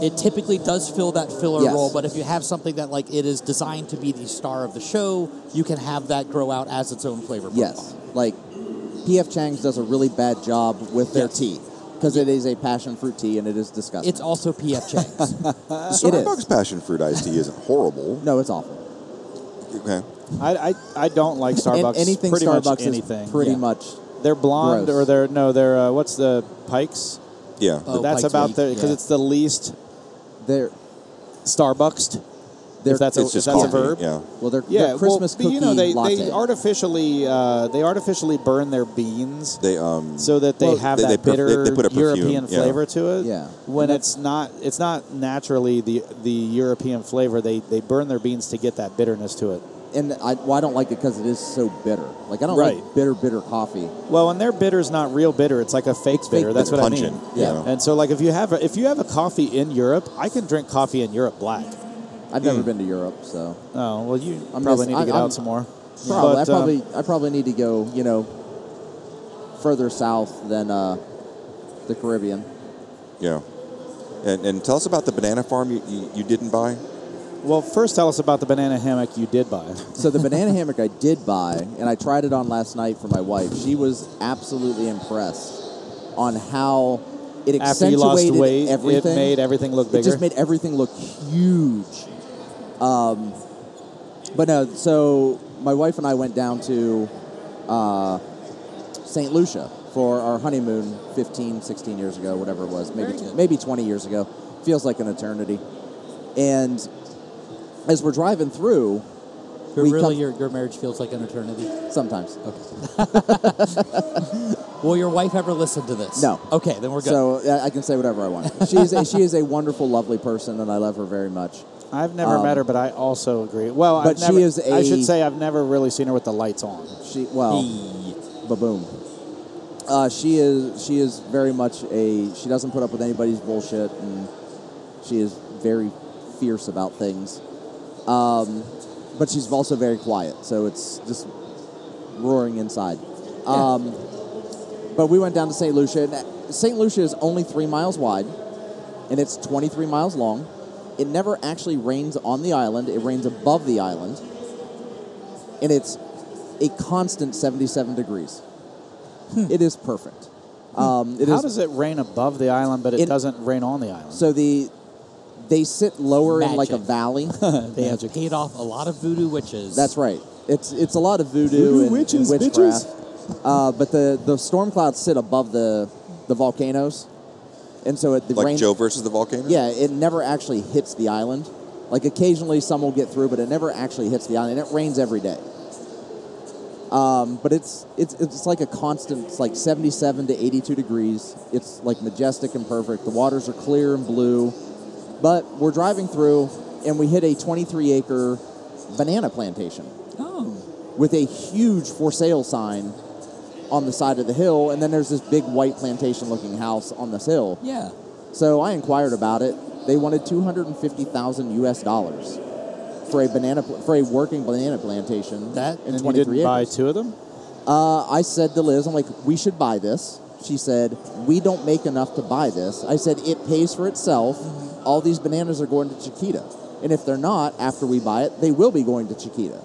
A: It typically does fill that filler
C: Yes.
A: role, but if you have something that like it is designed to be the star of the show, you can have that grow out as its own flavor. profile.
C: Yes, like P.F. Chang's does a really bad job with their
A: Yes.
C: tea because it is a passion fruit tea and it is disgusting.
A: It's also PF Chang's.
D: uh,
C: It is.
B: Starbucks passion fruit iced tea isn't horrible.
C: no, it's awful.
B: Okay.
D: I, I, I don't like
C: And
D: starbucks
C: anything
D: pretty
C: Starbucks
D: much
C: is
D: anything
C: pretty
A: Yeah.
C: much.
D: they're blonde
C: gross.
D: or they're no they're uh, what's the pikes
B: Yeah.
A: Oh,
D: that's
A: Pike's
D: about
A: Peak,
D: the because
A: yeah.
D: it's the least
C: They're
D: starbucks
C: they're
D: if that's a,
B: it's
D: if
B: just
D: that's a
B: coffee.
D: verb
B: Yeah.
C: well, they're,
D: Yeah,
C: they're Christmas
D: well, but
C: cookie
D: you know they,
C: latte.
D: they artificially uh, they artificially burn their beans
B: They um.
D: so that they
B: Well,
D: have
B: they- they
D: that
B: perf-
D: bitter
B: they- they put a perfume,
D: European
B: yeah.
D: flavor to it.
C: Yeah.
D: when it's not it's not naturally the the European flavor. They they burn their beans to get that bitterness to it.
C: and I, well, I don't like it because it is so bitter. Like I don't
D: Right.
C: like bitter, bitter coffee.
D: Well, and their bitter's not real bitter. It's like a fake bitter.
C: fake
D: That's
B: bitter.
D: what I
B: Pungent,
D: mean.
C: yeah.
B: yeah.
D: And so like if you have a, if you have a coffee in Europe, I can drink coffee in Europe black.
C: I've
D: Mm.
C: never been to Europe, so
D: Oh well, you
C: I'm
D: probably
C: just-
D: need to
C: I-
D: get
C: I'm-
D: out some more.
C: probably, I
D: But, um,
C: probably I probably need to go. You know, further south than uh, the Caribbean.
B: Yeah. And, and tell us about the banana farm you, you, you didn't buy.
D: well, first tell us about the banana hammock you did buy.
C: So the banana hammock I did buy, and I tried it on last night for my wife. She was absolutely impressed on how it accentuated
D: After you lost weight,
C: everything.
D: it made everything look bigger.
C: It just made everything look huge. Um, but no, so my wife and I went down to uh, St. Lucia for our honeymoon 15, 16 years ago, whatever it was, maybe
A: Very good.
C: maybe 20 years ago. Feels like an eternity. And as we're driving through,
A: But
C: we
A: really,
C: come-
A: your, your marriage feels like an eternity.
C: sometimes
A: Will your wife ever listen to this?
C: No.
A: Okay, then we're good.
C: So yeah, I can say whatever I want. she is a, she is a wonderful, lovely person, and I love her very much.
D: I've never
C: Um,
D: met her, but I also agree. Well,
C: but
D: I've never,
C: she is
D: I should
C: a-
D: say I've never really seen her with the lights on.
C: She well,
A: Hey.
C: baboom. Uh, she is she is very much a she doesn't put up with anybody's bullshit, and she is very fierce about things. Um, but she's also very quiet, so it's just roaring inside. Um, but we went down to St. Lucia. and St. Lucia is only three miles wide, and it's 23 miles long. It never actually rains on the island. It rains above the island, and it's a constant 77 degrees. It is perfect. Um, it is
D: How does it rain above the island, but it,
C: It-
D: doesn't rain on the island?
C: so the they sit lower in like a
A: Magic.
C: valley.
A: they have paid off a lot of voodoo witches.
C: That's right. It's it's a lot of voodoo,
D: Voodoo
C: and,
D: witches,
C: and witchcraft.
D: bitches.
C: Uh, but the the storm clouds sit above the the volcanoes, and so it the
B: Like
C: rain.
B: Joe versus the volcano.
C: Yeah, it never actually hits the island. Like occasionally some will get through, but it never actually hits the island. And it rains every day. Um, but it's it's it's like a constant. It's like 77 to 82 degrees. It's like majestic and perfect. The waters are clear and blue. But we're driving through, and we hit a 23 acre banana plantation
A: Oh.
C: with a huge for sale sign on the side of the hill, and then there's this big white plantation looking house on this hill.
A: Yeah.
C: So I inquired about it. They wanted 250,000 US dollars for a banana pl- for a working banana plantation.
A: That-
C: in
D: and you
C: 23
D: didn't
C: acres.
D: buy two of them?
C: Uh, I said to Liz, I'm like, we should buy this. She said, we don't make enough to buy this. I said, it pays for itself.
D: Mm-hmm.
C: All these bananas are going to Chiquita. And if they're not, after we buy it, they will be going to Chiquita.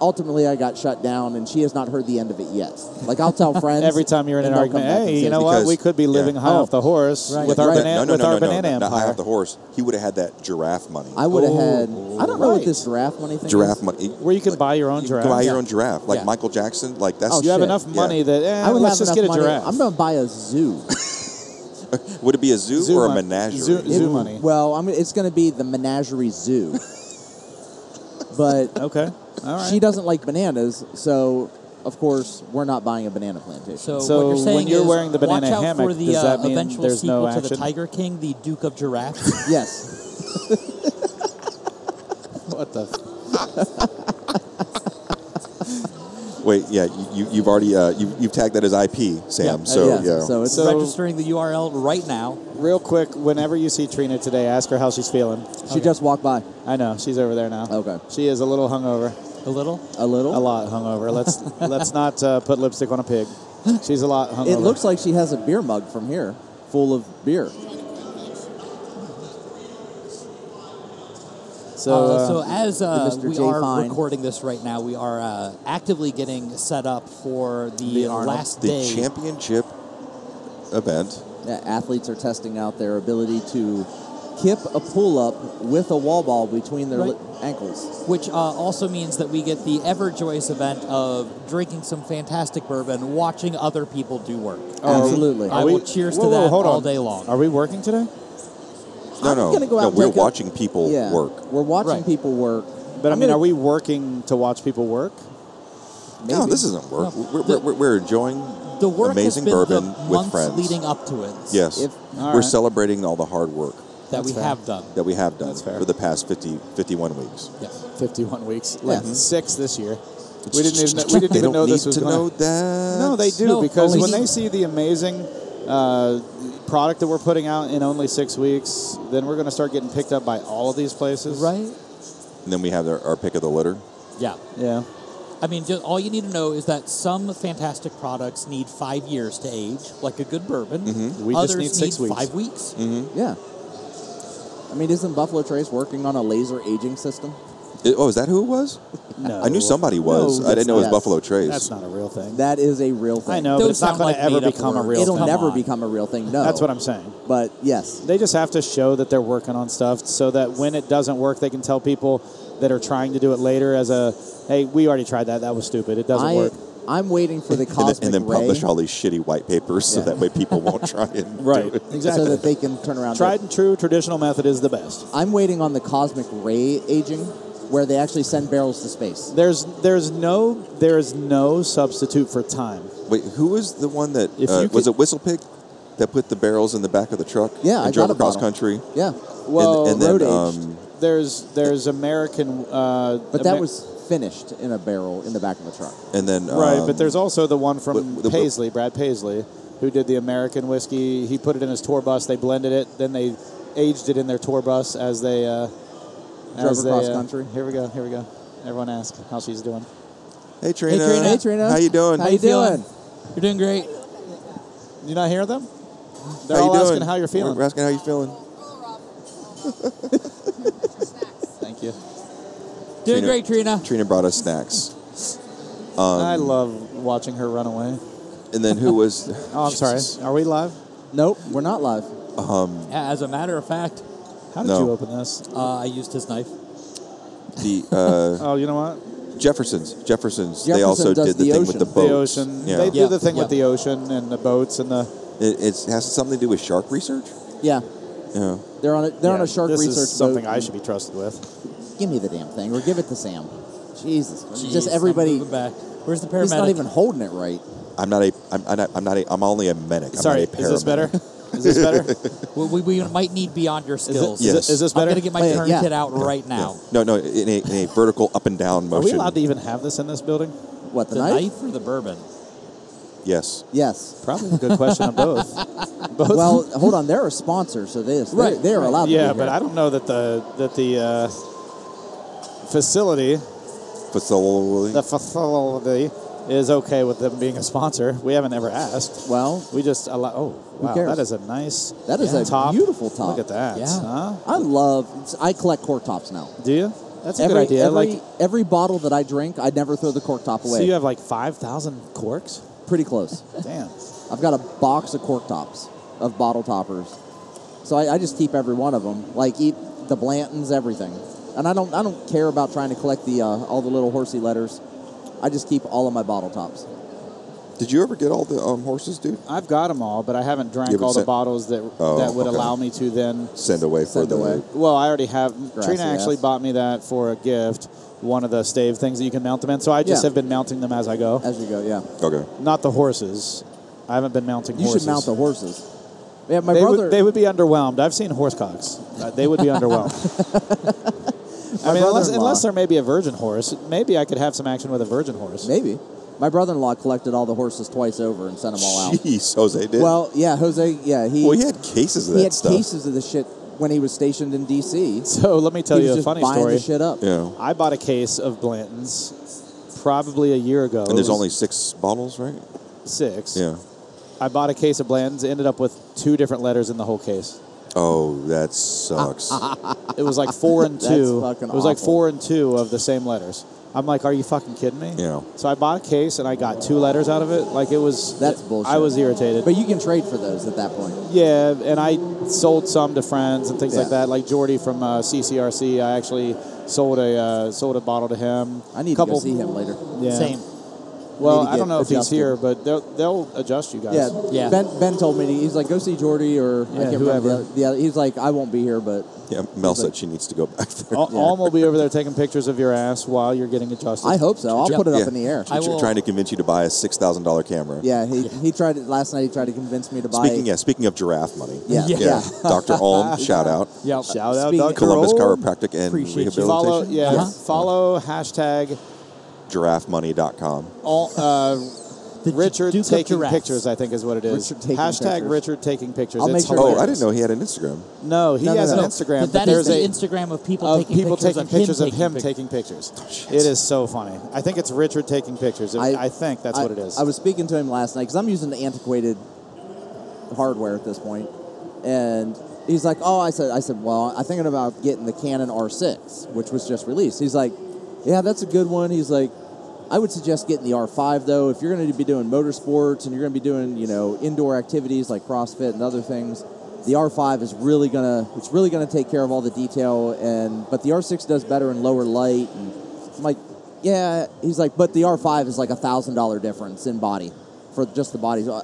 C: Ultimately, I got shut down, and she has not heard the end of it yet. Like, I'll tell friends.
D: Every time you're in an
C: and they'll come
D: argument,
C: back and
D: hey,
C: say
D: you know
C: it's
D: what?
B: because-
D: We could be
B: yeah.
D: living high
C: Oh.
D: off the horse
C: Right.
D: with our
C: Right.
D: banana,
B: no, no,
D: with
B: no,
D: our
B: no,
D: banana
B: no, not
D: empire.
B: half the horse. He would have had that giraffe money.
C: I would have
D: Oh,
C: had. I don't know
D: right.
C: what this giraffe money thing
B: giraffe
C: is.
B: money.
D: Where you can buy your own
B: You
D: giraffe.
B: can buy your
C: Yeah.
B: own giraffe, like
A: Yeah.
B: Michael Jackson. Like that's
C: Oh,
D: you have
C: shit.
D: enough
B: Yeah.
D: money that eh,
C: I would
D: let's
C: have
D: just
C: enough
D: get a
C: money.
D: giraffe.
C: I'm going to buy a zoo.
B: Would it be a zoo, or a
D: mon-
B: menagerie?
D: Zoo, zoo
C: It-
D: money.
C: Well, I'm, it's going to be the menagerie zoo. but
D: Okay. All right.
C: she doesn't like bananas, so of course we're not buying a banana plantation.
A: So,
D: So
A: what you're
D: when
A: saying
D: you're
A: is
D: wearing the banana
A: watch out
D: hammock,
A: for the
D: does
A: uh,
D: that mean
A: eventual
D: there's
A: sequel
D: no
A: to the
D: action?
A: Tiger King, the Duke of Giraffe.
C: yes,
D: what the? F-
B: Wait, yeah, you- you, you've already uh, you, you've tagged that as IP, Sam.
A: Yeah.
B: so
C: Uh, yes.
B: yeah,
C: So it's
D: So-
A: Registering the URL right now.
D: real quick, whenever you see Trina today, ask her how she's feeling.
C: she just walked by
D: I know she's over there now.
C: Okay.
D: She is a little hungover,
A: A little.
C: a little.
D: a lot hungover. Let's let's not uh, put lipstick on a pig. She's a lot hungover.
C: It looks like she has a beer mug from here, full of beer.
D: so.
A: uh,
D: uh,
A: so as uh,
C: Mr.
A: we
C: J.
A: are
C: Fine.
A: recording this right now, we are uh, actively getting set up for the,
C: The Arnold.
A: last
B: the
A: day.
B: championship event.
C: Yeah, athletes are testing out their ability to kip a pull up with a wall ball between their
A: Right.
C: li- ankles.
A: which uh, also means that we get the ever joyous event of drinking some fantastic bourbon, watching other people do work.
D: are we-
C: Absolutely.
A: I
D: are we-
A: will cheers to
D: whoa, whoa,
A: that
D: hold
A: all
D: on.
A: day long.
D: Are we working today?
B: No,
C: I'm
B: no,
C: gonna go out
B: no.
C: and
B: We're
C: take a-
B: watching people
C: yeah,
B: work.
C: We're watching
A: Right.
C: people work.
D: But I
C: I'm
D: mean,
C: gonna-
D: are we working to watch people work?
B: No,
C: maybe.
B: this isn't work.
A: No.
B: We're, we're, we're, we're enjoying
A: The work has
B: amazing
A: been
B: bourbon
A: the
B: with
A: months
B: friends.
A: leading up to it.
B: yes,
C: If-
D: all
B: we're
D: right.
B: celebrating all the hard work
A: that we
D: That's fair.
A: have done.
B: that we have done
D: That's fair.
B: for the past 50, 51 weeks.
A: Yes.
D: 51 weeks, like
C: Yeah.
D: six this year. We didn't even know, we didn't
B: they
D: even
B: don't
D: know
B: need
D: this was
B: to
D: going
B: know that.
D: No, they do
A: No,
D: because
A: only
D: when
A: he-
D: they see the amazing uh, product that we're putting out in only six weeks, then we're going to start getting picked up by all of these places,
A: Right?
B: And then we have our, our pick of the litter.
A: Yeah.
D: Yeah.
A: I mean, ju- all you need to know is that some fantastic products need five years to age, like a good bourbon.
D: We
A: Others
D: just need six weeks.
A: five weeks.
C: Yeah. I mean, isn't Buffalo Trace working on a laser aging system?
B: It- oh, is that who it was?
D: No.
B: I knew somebody was.
D: No,
B: I
D: that's
B: didn't know it was
C: not-
B: Buffalo Trace.
D: That's not a real thing.
C: That is a real thing.
D: I know,
A: Those
D: but it's not
A: sound
D: going
A: like
D: to ever
A: made-up
D: become a
A: words.
D: real
C: It'll
D: thing.
A: Come
C: never
A: on.
C: become a real thing. No.
D: That's what I'm saying.
C: But yes,
D: They just have to show that they're working on stuff so that when it doesn't work, they can tell people that are trying to do it later as a, hey, we already tried that. That was stupid. It doesn't
C: I
D: work.
C: I'm waiting for the
B: and, then,
C: cosmic
B: and then
C: ray
B: publish all these shitty white papers so
C: Yeah.
B: that way people won't try and
D: Right.
B: do it.
C: so
D: Exactly.
C: that they can turn around. and-
D: Tried and true traditional method is the best.
C: I'm waiting on the cosmic ray aging, where they actually send barrels to space.
D: There's there's no there is no substitute for time.
B: Wait, who was the one that
D: If
B: uh,
D: you
B: was
D: could-
B: it Whistlepig that put the barrels in the back of the truck?
C: Yeah,
B: and
C: I
B: drove
C: got a
B: across
C: bottle.
B: country.
C: Yeah,
D: Well,
B: and, and
C: road
B: then
C: aged.
B: um,
D: There's there's American. Uh,
C: but that
D: Amer-
C: was finished in a barrel in the back of a truck.
B: and then
D: right.
B: um,
D: but there's also the one from
B: but- the-
D: Paisley, Brad Paisley, who did the American whiskey. He put it in his tour bus. They blended it. Then they aged it in their tour bus as they uh,
C: Drove
D: as they,
C: across
D: uh,
C: country.
D: Here we go. Here we go. Everyone ask how she's doing.
B: hey Trina,
C: Trina. Hey, Trina.
B: how you doing?
C: How you
A: feeling?
C: doing?
A: You're doing great.
D: You not hear them? They're
B: How you
D: all
B: doing?
D: asking how you're feeling.
B: We're asking how you feeling.
D: Thank you.
A: Doing
B: Trina.
A: great, Trina.
B: Trina brought us snacks. um,
D: I love watching her run away.
B: And then who was?
D: Oh, I'm
B: Jesus.
D: sorry. Are we live?
C: Nope, we're not live.
A: As a matter of fact,
D: How did
B: No.
D: you open this?
A: uh, I used his knife.
B: The
D: Oh, you know what?
B: uh, Jeffersons. Jeffersons. they
C: Jefferson
B: also
C: does
B: did the,
C: the
B: thing
C: ocean.
B: with the
C: The
B: boats.
D: The ocean.
B: Yeah.
D: They
A: Yeah,
D: do the thing with
A: yeah.
D: the ocean and the boats and the.
B: It, it has something to do with shark research.
C: Yeah,
B: Yeah.
C: they're on a they're on
D: Yeah,
C: a shark
D: this is
C: research
D: something
C: boat.
D: I should be trusted with.
C: Give me the damn thing, or give it to Sam. Jesus,
A: Jeez,
C: just
A: I'm
C: everybody.
A: moving back. Where's the paramedic?
C: He's not even holding it right.
B: I'm not a. I'm, I'm not. I'm not a. I'm only a medic.
D: Sorry,
B: I'm not a
D: is this
B: paramedic.
D: better? Is this better? Is
A: we, we, we might need beyond your
D: it-
A: skills.
B: Yeah.
D: Is, it, is this
A: I'm
D: better? Oh,
A: gonna get my
C: Wait,
A: turn
C: yeah.
A: kit out right now.
B: No, no. In a, in a vertical up and down
D: Are
B: motion.
D: we allowed to even have this in this building?
C: What the,
A: The
C: knife?
A: knife? or the bourbon?
B: Yes.
C: Yes.
D: Probably a good question on both. both.
C: Well, hold on. They're a sponsor, so they they,
A: Right,
C: they are allowed.
D: yeah,
C: to be here.
D: but I don't know that the that the uh, facility
B: Facility.
D: the facility is okay with them being a sponsor. We haven't ever asked.
C: Well,
D: We just allow. Oh, wow,
C: cares?
D: that is a nice.
C: That is a
D: top.
C: beautiful top.
D: Look at that.
A: Yeah.
D: huh?
C: I love. I collect cork tops now.
D: Do you? That's a
C: every
D: good idea.
C: every
D: like,
C: every bottle that I drink, I never throw the cork top away.
D: so you have like five thousand corks.
C: Pretty close.
D: Damn.
C: I've got a box of cork tops of bottle toppers, so I, I just keep every one of them. Like eat the Blantons, everything, and I don't I don't care about trying to collect the uh, all the little horsey letters. I just keep all of my bottle tops.
B: Did you ever get all the um, horses, dude?
D: I've got them all, but I haven't drank
B: You haven't
D: all the
B: sent-
D: bottles that
B: Oh,
D: that would
B: okay.
D: allow me to then.
B: Send away
C: Send
B: for the.
C: away.
D: Well, I already have.
C: Grassy
D: Trina actually
C: ass.
D: bought me that for a gift. One of the stave things that you can mount them in. So I just
C: Yeah.
D: have been mounting them as I go.
C: As you go, yeah.
B: Okay.
D: Not the horses. I haven't been mounting
C: You
D: horses.
C: should mount the horses. Yeah, my
D: They
C: brother.
D: would, they would be underwhelmed. I've seen horse cocks. Uh, they would be underwhelmed. I mean, unless,
C: brother-in-law-
D: unless there may be a virgin horse, maybe I could have some action with a virgin horse.
C: Maybe. My brother-in-law collected all the horses twice over and sent them all out.
B: Jeez, Jose did.
C: Well, yeah, Jose, yeah, he
B: Well, he had cases of
C: he
B: that
C: had
B: stuff.
C: cases of this shit when he was stationed in D.C.
D: So let me tell
C: he
D: you
C: was
D: a
C: just
D: funny
C: buying
D: story.
C: the shit up.
B: Yeah.
D: I bought a case of Blanton's probably a year ago.
B: And there's
D: It was
B: only six bottles, right?
D: six.
B: Yeah.
D: I bought a case of Blanton's, ended up with two different letters in the whole case.
B: Oh, that
C: Uh,
B: sucks.
D: It was like four and
C: That's
D: two.
C: fucking
D: it was like
C: awful.
D: four and two of the same letters. I'm like, are you fucking kidding me?
B: Yeah.
D: So I bought a case and I got two letters out of it. Like it was.
C: That's bullshit.
D: I was irritated.
C: But you can trade for those at that point.
D: Yeah, and I sold some to friends and things like
C: Yeah.
D: that. Like Jordy from uh, CCRC, I actually sold a uh, sold a bottle to him.
C: I need
D: couple,
C: to go see him later.
D: Yeah.
A: Same.
C: I
D: Well,
C: need to
D: I, don't
C: get
D: know if he's
C: adjusted.
D: here, but they'll they'll adjust you guys.
C: Yeah,
A: Yeah.
C: Ben, ben told me to- he's like go see Jordy or I
D: Yeah,
C: can't remember.
D: whoever.
C: The other, the other- he's like I won't be here, but Oh,
B: yeah, Mel said she needs to go back there.
D: Al- Alm will be over there taking pictures of your ass while you're getting adjusted.
C: I hope so. I'll
A: Yeah.
C: put it up
B: Yeah.
C: in the air.
A: I
B: She's
A: will-
B: trying to convince you to buy a six thousand dollar camera.
C: yeah, he he tried it last night. He tried to convince me to buy.
B: Speaking, yeah, speaking of giraffe money.
C: Yeah.
A: Yeah.
B: Dr. Alm, shout out.
A: Yep.
D: Shout out,
C: Speaking-
D: Dr.
B: Columbus
D: Olm.
B: Chiropractic and
A: Appreciate you.
D: Follow,
B: Rehabilitation.
D: yeah,
A: Uh-huh.
D: follow hashtag
B: GiraffeMoney.com.
C: Oh,
D: all, uh,
A: The
D: Richard
A: Duke of
D: taking
A: Giraffes.
D: pictures. I think is what it is.
C: Richard Taking
D: hashtag
C: Pictures.
D: Richard taking pictures.
C: I'll
D: it's
C: make sure-
B: Oh,
D: hilarious.
B: I didn't know he had an Instagram.
D: No, he
C: No, no,
D: has
C: no.
D: an Instagram.
A: But that
D: but
A: is the
D: there's a,
A: Instagram of people
D: of
A: taking
D: people
A: pictures
D: taking
A: of
D: pictures
A: him
D: of him
A: taking
D: taking pictures.
B: shit.
D: It is so funny. I think it's Richard taking pictures. I, I think that's
C: I-
D: what it is.
C: I was speaking to him last night because I'm using the antiquated hardware at this point, and he's like, "Oh," I said, "I said, well, I'm thinking about getting the Canon R6, which was just released." He's like, "Yeah, that's a good one." He's like, "I would suggest getting the R5 though if you're going to be doing motorsports and you're going to be doing you know indoor activities like CrossFit and other things." The R5 is really gonna it's really gonna take care of all the detail and but the R6 does better in lower light and I'm like yeah, he's like, but the R5 is like a thousand dollar difference in body for just the body. So I-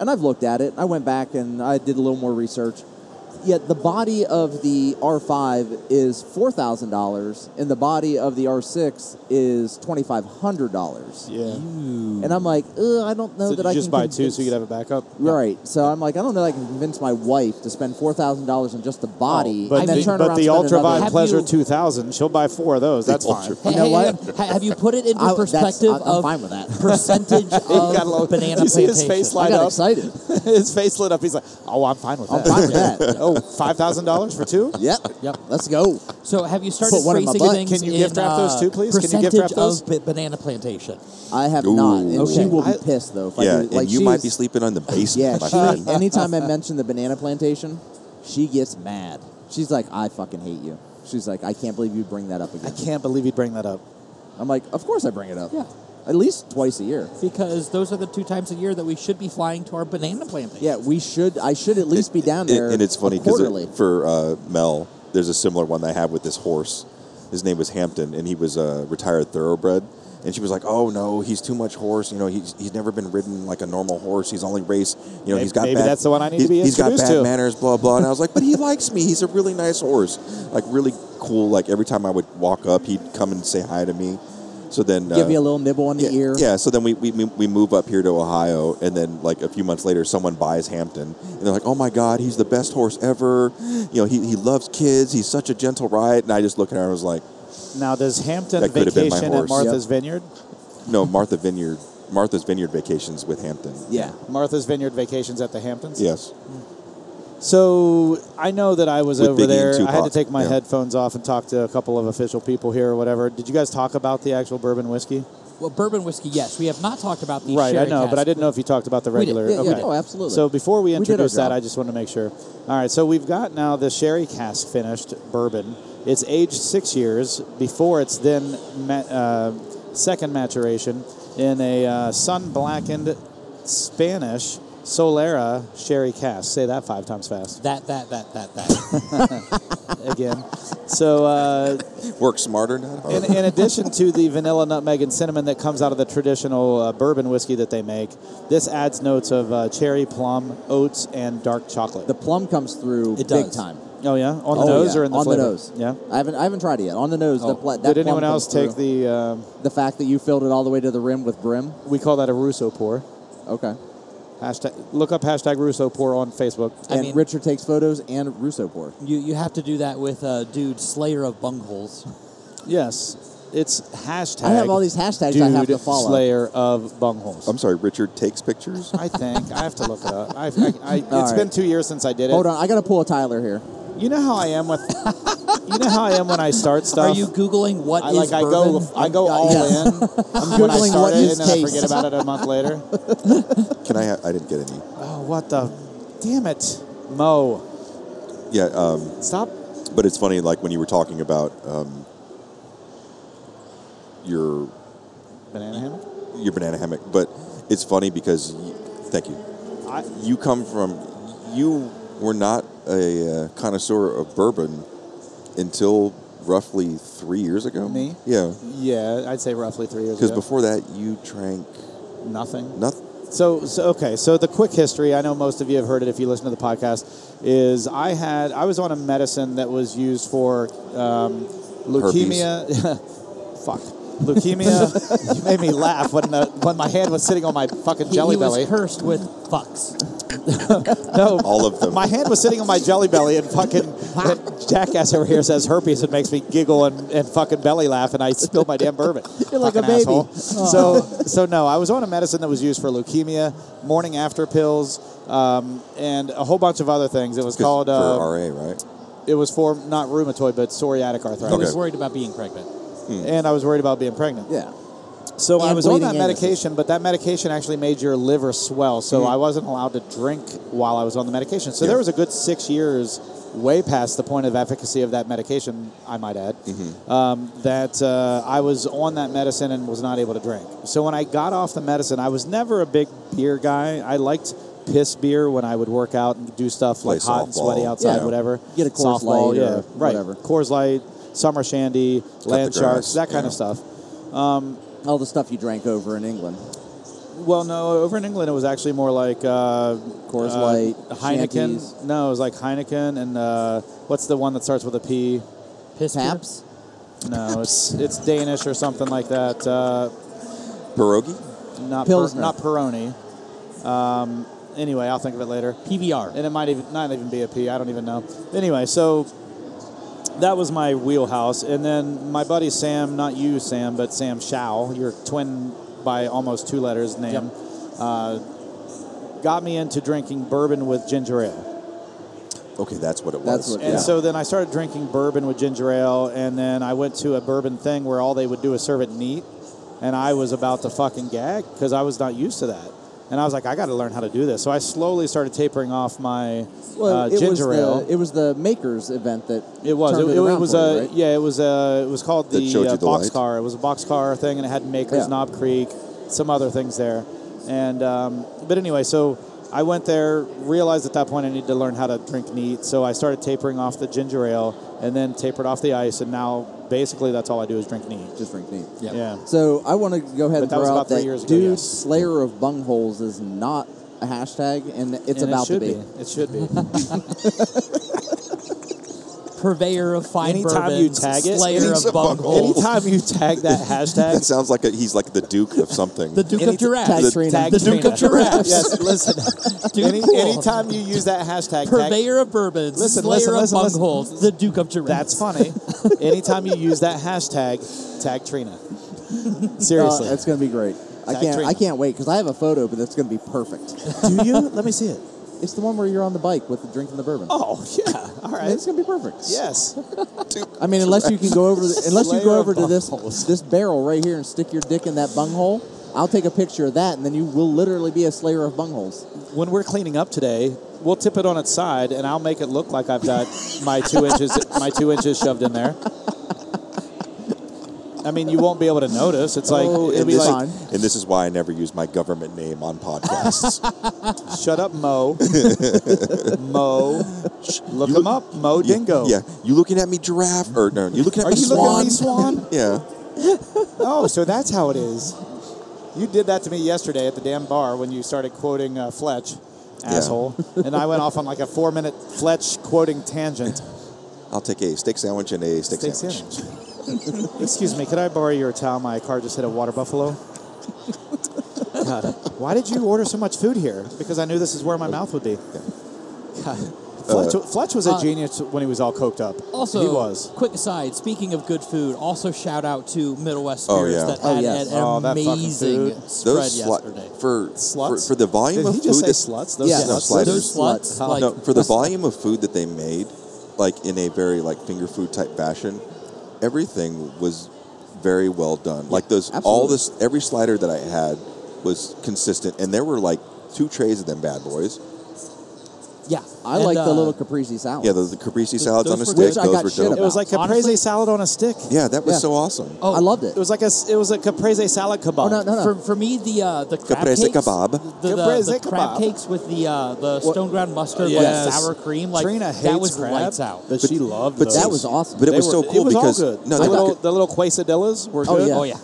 C: And I've looked at it. I went back and I did a little more research. Yet the body of the R5 is four thousand dollars, and the body of the R6 is twenty five hundred dollars.
D: Yeah.
C: And I'm like, Ugh, I don't know
D: So
C: that
D: did you
C: I
D: just
C: can
D: buy
C: convince-
D: two so you could have a backup?
C: Right. So I'm like, I don't know that I can convince my wife to spend four thousand dollars on just the body,
D: Oh, But
C: and then
D: the,
C: turn
D: but
C: around
D: the
C: and spend another-
D: Ultravine
A: Have
D: Pleasure
A: you-
D: 2000, she'll buy four of those. That's fine.
A: Hey,
C: You know
A: hey,
C: what?
A: hey, ha- have you put it into
C: I- that's-
A: perspective
C: I'm- I'm
A: of
C: fine with that.
A: percentage of
D: got a little-
A: banana
D: Did you see his
A: plantation?
D: face
C: I
D: light
C: got
D: up?
C: excited.
D: His face lit up. He's like, oh, I'm fine with
C: I'm
D: that.
C: fine with that.
D: oh, $5,000 for two?
C: Yep.
A: Yep.
C: Let's go.
A: So have you started
C: Put one in my
A: phrasing
C: butt.
A: things
D: Can you
A: in,
D: gift wrap those
A: uh,
D: too, please? Can you gift
A: percentage
D: wrap those?
A: of ba- banana plantation.
C: I have not. And
B: Ooh.
C: she
A: Okay.
C: will be
D: I-
C: pissed though. If I
B: yeah,
C: do,
B: and
C: like,
B: you
C: she
B: might
C: is-
B: be sleeping on the
C: Yeah.
B: basement, my friend.
C: She, anytime I mention the banana plantation, she gets mad. She's like, I fucking hate you. She's like, I can't believe you bring that up
D: I
C: again.
D: can't believe you'd bring that up.
C: I'm like, of course I bring it up.
A: Yeah.
C: At least twice a year.
A: Because those are the two times a year that we should be flying to our banana plantation.
C: Yeah, we should. I should at least be down
B: It-
C: there.
B: and it's funny
C: quarterly.
B: because for uh, Mel, there's a similar one I have with this horse. His name was Hampton, and he was a retired thoroughbred. And she was like, "Oh no, he's too much horse. You know, he's, he's never been ridden like a normal horse. He's only raced. You know,
D: Maybe-
B: he's got
D: maybe
B: bad,
D: that's the one I need to
B: he's-
D: be
B: He's got bad
D: introduced to."
B: manners, blah blah." And I was like, "But he likes me. He's a really nice horse. Like really cool. Like every time I would walk up, he'd come and say hi to me. So then
C: give
B: uh,
C: you a little nibble on the
B: yeah,
C: ear.
B: Yeah, so then we, we we move up here to Ohio, and then like a few months later, someone buys Hampton, and they're like, "Oh my God, he's the best horse ever! You know, he, he loves kids. He's such a gentle ride." And I just look at her and I was like,
D: Now, does Hampton
B: That could have been my
D: vacation at
B: horse.
D: Martha's Vineyard?
B: "No, Martha Vineyard, Martha's Vineyard vacations with Hampton."
C: Yeah.
D: Martha's Vineyard vacations at the Hamptons?
B: Yes,
D: So I know that I was
B: With Biggie
D: over
B: and
D: there. I had to
B: Tupac,
D: take my
B: yeah.
D: headphones off and talk to a couple of official people here or whatever. Did you guys talk about the actual bourbon whiskey?
A: Well, bourbon whiskey, yes. We have not talked about the
D: Right, I
A: sherry
D: know, but I
A: cask.
D: didn't know if you talked about the
C: We did.
D: regular.
C: Yeah, yeah,
D: okay.
C: no, absolutely.
D: So before we
C: We did our
D: introduce that,
C: job.
D: I just want to make sure. All right, so we've got now the sherry cask finished bourbon. It's aged six years before it's then ma- uh, second maturation in a uh, sun blackened Spanish Solera sherry cask. Say that five times fast
A: That, that, that, that, that.
D: again. so. Uh,
B: work smarter. Not harder.
D: in, in addition to the vanilla, nutmeg, and cinnamon that comes out of the traditional uh, bourbon whiskey that they make, this adds notes of uh, cherry, plum, oats, and dark chocolate.
C: The plum comes through
A: It
C: big
A: does.
C: time.
D: oh yeah, on the
C: Oh,
D: nose
C: yeah.
D: or in the
C: on
D: flavor?
C: the nose?
D: Yeah. Oh.
C: I haven't I haven't tried it yet. On the nose, the pla- that
D: Did anyone
C: plum
D: else
C: comes
D: take
C: through.
D: the? um
C: the fact that you filled it all the way to the rim with brim?
D: we call that a Russo pour.
C: Okay.
D: Hashtag. Look up hashtag Russo pour on Facebook.
A: I
C: and
A: mean-
C: Richard takes photos and Russo pour.
A: you, you have to do that with uh, dude Slayer of Bungholes.
D: Yes, it's hashtag.
C: I have all these hashtags I have to
D: dude
C: follow.
D: Slayer of bungholes.
B: I'm sorry, Richard takes pictures.
D: I think I have to look it up. I, I, I, it's
C: All right.
D: been two years since I did it.
C: Hold on, I gotta pull a Tyler here.
D: You know how I am with. you know how I am when I start stuff.
A: Are you Googling what
D: I
A: is
D: like I
A: bourbon?
D: go I go
C: uh,
D: all
C: yes.
D: in.
C: I'm
D: when I
C: googling
D: start
C: what
D: it
C: is
D: and then I forget
C: taste.
D: about it a month later.
B: Can I? Have, I didn't get any.
D: Oh, what the? Damn it, Mo!
B: Yeah, um,
D: Stop.
B: but it's funny. Like when you were talking about um, your
D: Banana hammock.
B: your banana hammock, but it's funny because you, thank you.
D: I,
B: you come from you were not a uh, connoisseur of bourbon until roughly three years ago
D: Me?
B: yeah
D: yeah, I'd say roughly three years
B: because
D: ago.
B: before that you drank
D: nothing.
B: nothing
D: So, so okay. So the quick history. I know most of you have heard it if you listen to the podcast. Is I had I was on a medicine that was used for um, leukemia. Fuck. Leukemia. you made me laugh when the, when my hand was sitting on my fucking
A: He,
D: jelly
A: he
D: belly.
A: was cursed with fucks.
D: No,
B: all of them
D: My hand was sitting on my jelly belly, and fucking that jackass over here says herpes and makes me giggle and, and fucking belly laugh, and I spill my damn bourbon.
C: You're like a baby.
D: Fucking asshole. So, so no, I was on a medicine that was used for leukemia, morning after pills, um, and a whole bunch of other things. It was
B: 'Cause
D: called.
B: for
D: Uh,
B: ra right
D: it was for not rheumatoid, but psoriatic
A: He
D: arthritis,
A: was worried about being pregnant.
D: and I was worried about being pregnant.
C: Yeah.
D: So I
C: And
D: was on
C: bleeding
D: that
C: anuses.
D: medication, but that medication actually made your liver swell.
C: Mm.
D: So I wasn't allowed to drink while I was on the medication. So
B: Yeah.
D: there was a good six years, way past the point of efficacy of that medication, I might add,
C: Mm-hmm.
D: um, that uh, I was on that medicine and was not able to drink. So when I got off the medicine, I was never a big beer guy. I liked piss beer when I would work out and do stuff
B: Play
D: like hot and
B: softball.
D: sweaty outside,
C: Yeah.
D: whatever.
C: Get a Coors
D: Softball,
C: Light or
D: yeah, right.
C: whatever.
D: Coors Light, Summer Shandy,
B: the
D: Land
B: grass,
D: Sharks, that kind
B: yeah.
D: of stuff.
C: All the stuff you drank over in England.
D: Well, no, over in England it was actually more like uh,
C: Coors
D: uh,
C: Light,
D: Heineken.
C: Shanties.
D: No, it was like Heineken and uh, what's the one that starts with a P?
A: Piss beer?
C: Paps?
D: No, it's it's Danish or something like that. Uh,
B: Pierogi?
D: not per,
C: Pilsner.
D: not Peroni. Um, anyway, I'll think of it later.
A: PBR.
D: and it might even not even be a P. I don't even know. Anyway, so that was my wheelhouse, and then my buddy Sam, not you, Sam, but Sam Shao, your twin by almost two letters name,
A: Yep.
D: uh, got me into drinking bourbon with ginger ale.
B: Okay, that's what it
C: That's
B: was.
C: what-
D: And
C: Yeah.
D: so then I started drinking bourbon with ginger ale, and then I went to a bourbon thing where all they would do is serve it neat, and I was about to fucking gag because I was not used to that. And I was like, I got to learn how to do this. So I slowly started tapering off my uh,
C: it was
D: ginger ale.
C: the it was the makers event that
D: It was. It,
C: turned
D: it,
C: it, around
D: was
C: for you,
D: a
C: right?
D: yeah. It was a. It was called
B: That
D: the,
B: showed you
D: uh,
B: the
D: box
B: light.
D: car. It was a box car thing, and it had Makers
C: Yeah.
D: Knob Creek, some other things there, and um, but anyway, so I went there, realized at that point I needed to learn how to drink neat, so I started tapering off the ginger ale, and then tapered off the ice, and now basically that's all I do is drink neat.
C: just drink neat.
A: Yep.
D: Yeah.
C: So I want to go ahead
D: But
C: and
D: that was
C: throw
D: about
C: out
D: three
C: that
D: years ago,
C: dude
D: yes.
C: slayer of bungholes is not a hashtag, and it's
D: And
C: about
D: it should
C: to be.
D: It should be.
A: Purveyor of fine
D: Anytime
A: bourbons,
D: you tag it,
A: slayer
B: He's
A: of
B: a bunghole.
A: bungholes.
D: Anytime you tag that hashtag,
B: That sounds like a, he's like the Duke of something.
A: The Duke
D: Any-
A: of Giraffes.
C: Tag Trina.
D: tag
A: the Duke
D: Trina.
A: of Giraffes.
D: yes, listen.
A: Dude,
D: Any,
A: cool.
D: Anytime you use that hashtag, tag,
A: Purveyor of bourbons,
D: Listen,
A: slayer
D: listen,
A: of
D: listen, listen.
A: bungholes, the Duke of Giraffes.
D: That's funny. Anytime you use that hashtag, tag Trina. Seriously.
C: Uh, it's going to be great. I
D: Tag
C: can't.
D: Trina.
C: I can't wait because I have a photo, but that's going to be perfect.
D: do you? Let me see it.
C: it's the one where you're on the bike with the drinking the bourbon.
D: Oh, yeah. All right.
C: It's going to be perfect.
D: Yes.
C: I mean, unless you can go over, the, unless you
D: Slayer
C: go over
D: of
C: to this this barrel right here and stick your dick in that bunghole, I'll take a picture of that, and then you will literally be a slayer of bungholes.
D: When we're cleaning up today, we'll tip it on its side, and I'll make it look like I've got my two inches my two inches shoved in there. I mean, you won't be able to notice. It's like
C: Oh,
D: it'll
C: it'd
D: be
C: be fine.
D: like,
B: and this is why I never use my government name on podcasts.
D: shut up, Mo. Mo, look him up, Mo Dingo.
B: Yeah, you looking at me, giraffe? Or no, you looking at
D: Are
B: me,
D: you
B: swan?
D: looking at me, Swan?
B: yeah.
D: Oh, so that's how it is. You did that to me yesterday at the damn bar when you started quoting uh, Fletch,
B: Yeah.
D: asshole. and I went off on like a four minute Fletch quoting tangent.
B: I'll take a steak sandwich and a steak,
D: Steak
B: sandwich.
D: sandwich. Excuse me, could I borrow your towel? My car just hit a water buffalo. God, why did you order so much food here? Because I knew this is where my mouth would be. God. Fletch, Fletch was a
A: uh,
D: genius when he was all coked up.
A: Also,
D: he was.
A: quick aside, speaking of good food, also shout out to Middle West
B: Oh,
A: Spirits
B: yeah.
A: that
C: Oh,
A: had
C: yes.
A: an
D: Oh, that fucking
A: amazing
D: food.
A: spread
B: Those sli-
A: yesterday.
B: for, for
D: Sluts?
B: for the volume
D: Did
B: of
D: he just
B: food
D: say
B: that-
D: sluts? Those
C: Yes.
B: No,
D: sluts?
B: sliders.
A: Those sluts,
C: Sluts.
A: like,
B: no, for the volume of food that they made, like in a very like finger food type fashion, everything was very well done. Like those, all
C: absolutely.
B: this, every slider that I had was consistent, and there were like two trays of them bad boys.
A: yeah,
C: I
A: And,
C: like
A: uh,
C: the little caprisi salad.
B: Yeah, the, the caprese salads
A: those
B: on a
A: were
B: stick.
A: good.
C: Which I
B: those
C: got
B: were
C: shit
B: dope.
D: It was like caprese
A: Honestly-
D: salad on a stick.
B: Yeah, that was
C: Yeah.
B: so awesome.
A: Oh,
C: I loved it.
D: It was like a it was a caprese salad kebab.
C: oh no, no, no.
A: For, for me, the uh, the crab
B: Caprese
A: cakes,
B: kebab.
A: the, the,
D: Caprese
A: the crab
D: kebab.
A: cakes with the uh, the stone ground mustard, like
D: Yes.
A: sour cream, like
D: Trina hates
A: that was
D: crab,
A: lights out.
D: but, she loved.
B: but
D: those.
C: that was awesome.
B: But it
D: They
B: was
D: were-
B: so cool
D: was all
B: because
D: good.
B: no,
D: the,
B: the,
D: little, the little quesadillas were
C: Oh,
D: good.
C: yeah.
A: Oh yeah,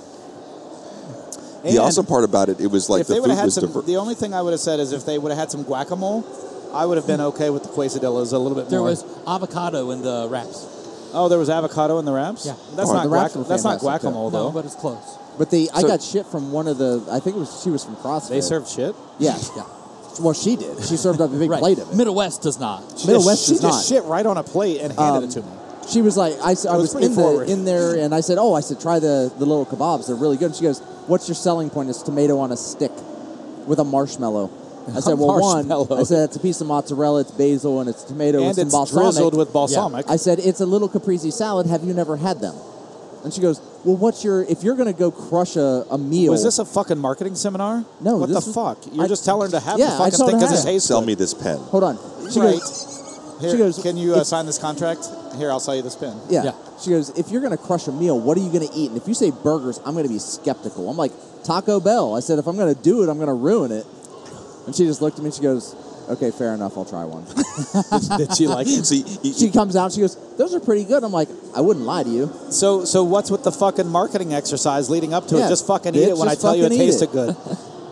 B: the
D: And
B: awesome part about it, it was like
D: if
B: the
D: they
B: food
D: would have had
B: was
D: some,
B: diver-
D: the only thing I would have said is if they would have had some guacamole, I would have been okay with the quesadillas a little bit
A: there
D: more.
A: was avocado in the wraps.
D: oh, there was avocado in the wraps.
A: Yeah.
D: that's
B: Oh,
D: not
C: the wraps
D: guac-
C: were
D: that's not
C: fantastic,
A: no,
D: guacamole though.
A: but it's close.
C: But the I
B: So-
C: got shit from one of the I think it was she was from CrossFit.
D: they served shit.
C: Yeah, yeah. Well, she did. She served up a big
A: Right,
C: plate of it.
A: Middle West does not.
D: She
C: Middle
D: just-
C: West
D: she
C: is
D: just
C: not.
D: shit right on a plate and handed
C: Um,
D: it to me.
C: She was like, I, I
D: was
C: was,
D: pretty
C: in, the,
D: forward.
C: in there and I said, oh, I said, try the, the little kebabs. They're really good. And she goes, what's your selling point? It's tomato on a stick with a marshmallow. I said, well, one,
D: Marshmallow.
C: I said, it's a piece of mozzarella, it's basil, and it's tomato
D: And
C: with some
D: it's
C: balsamic.
D: drizzled with balsamic.
C: I said, it's a little caprese salad. Have you never had them? And she goes, well, what's your, if you're going to go crush a, a meal.
D: Was this a fucking marketing seminar?
C: No,
D: What
C: this
D: the
C: was-
D: fuck? You're
C: I-
D: just telling her to have
C: Yeah,
D: the
C: I
D: fucking
C: told
D: thing
C: her
D: because
C: to
D: it tastes
B: sell
D: good.
B: me this pen.
C: Hold on. She
D: right.
C: goes,
D: Here,
C: she goes,
D: can you uh,
C: if-
D: sign this contract? Here, I'll sell you this pen.
C: Yeah.
A: Yeah.
C: She goes, if you're going to crush a meal, what are you going to eat? And if you say burgers, I'm going to be skeptical. I'm like, Taco Bell. I said, if I'm going to do it, I'm going to ruin it. And she just looked at me and she goes, Okay, fair enough. I'll try one.
D: Did she like it?
B: See, you,
C: she comes out. She goes, "Those are pretty good." I'm like, "I wouldn't lie to you."
D: So, so what's with the fucking marketing exercise leading up to
C: Yeah.
D: it? Just fucking
C: Bitch,
D: eat it when I
C: just
D: tell you it
C: fucking eat
D: tasted
C: it.
D: good.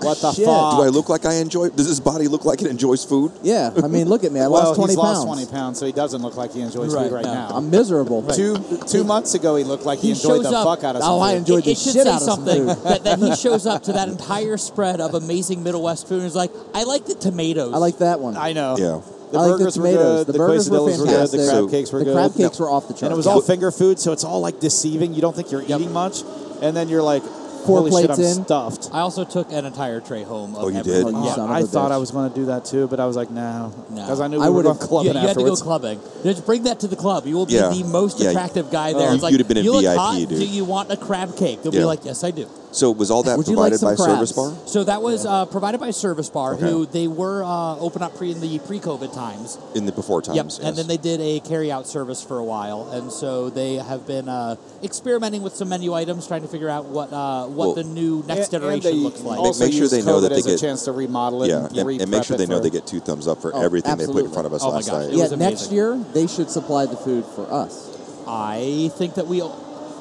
D: What the
C: Shit.
D: fuck?
B: do I look like I enjoy? Does this body look like it enjoys food?
C: Yeah, I mean, look at me. I
D: well,
C: lost 20
D: he's
C: pounds.
D: lost 20 pounds, so he doesn't look like he enjoys
A: Right,
D: food right
A: no.
D: now.
C: I'm miserable.
D: Two two months ago, he looked like he,
A: He
D: enjoyed
A: shows
D: the
A: up-
D: fuck out of
C: Oh, I
D: something.
C: enjoyed
A: it,
C: the
A: it should
C: shit
A: say
C: out of some
A: something
C: food.
A: that, that he shows up to that entire spread of amazing Middle West food and is like, I like the tomatoes.
C: I like that one.
D: I know.
B: Yeah.
D: The
C: I like the
D: burgers were
C: tomatoes.
D: good.
C: The
D: The,
C: burgers were
D: quesadillas were, good. The
C: fantastic.
D: crab
B: So-
D: cakes were
C: the
D: good.
C: crab cakes were off the charts.
D: and it was all finger food, so it's all like deceiving. You don't think you're eating much, and then you're like,
C: Four
D: holy shit,
C: plates
D: I'm
C: in.
D: stuffed.
A: I also took an entire tray home. Of
B: Oh, you did?
A: everything.
C: Oh, you
A: Yeah.
C: son of
D: I
C: a
D: thought
C: bitch.
D: I was going to do that too, but I was like, no,
A: No.
D: because I knew
C: I
D: we were
C: would've-
D: going clubbing
A: you, you had to go
D: afterwards.
A: clubbing. Just bring that to the club. You will be
B: Yeah.
A: the most
B: Yeah, you-
A: attractive guy there.
B: You-
A: it's like,
B: you'd have been in
A: you look
B: VIP,
A: hot.
B: dude."
A: Do you want a crab cake? They'll
B: Yeah.
A: be like, yes, I do.
B: So was all that
C: Would you like
B: provided
C: some
B: by Service Bar?
C: crabs?
A: So that was uh, provided by Service Bar,
B: Okay.
A: who they were uh, open up pre in the pre-COVID times.
B: In the before times.
A: Yep,
B: yes.
A: and then they did a carry-out service for a while, and so they have been uh, experimenting with some menu items, trying to figure out what uh, what
B: Well-
A: the new next
D: And- and
A: iteration
D: they
A: looks like.
D: also
B: Make- make sure
D: used
B: they know
D: COVID
B: that they
D: as
B: get-
D: a chance to remodel it.
B: yeah, and, and make
D: re-prep
B: sure
D: it
B: they know
D: for-
B: they get two thumbs up for
C: Oh,
B: everything they put in
C: absolutely.
B: front of us
A: Oh my
B: last
A: gosh,
B: night.
A: it
C: yeah,
A: was
C: next
A: amazing.
C: year they should supply the food for us.
A: I think that we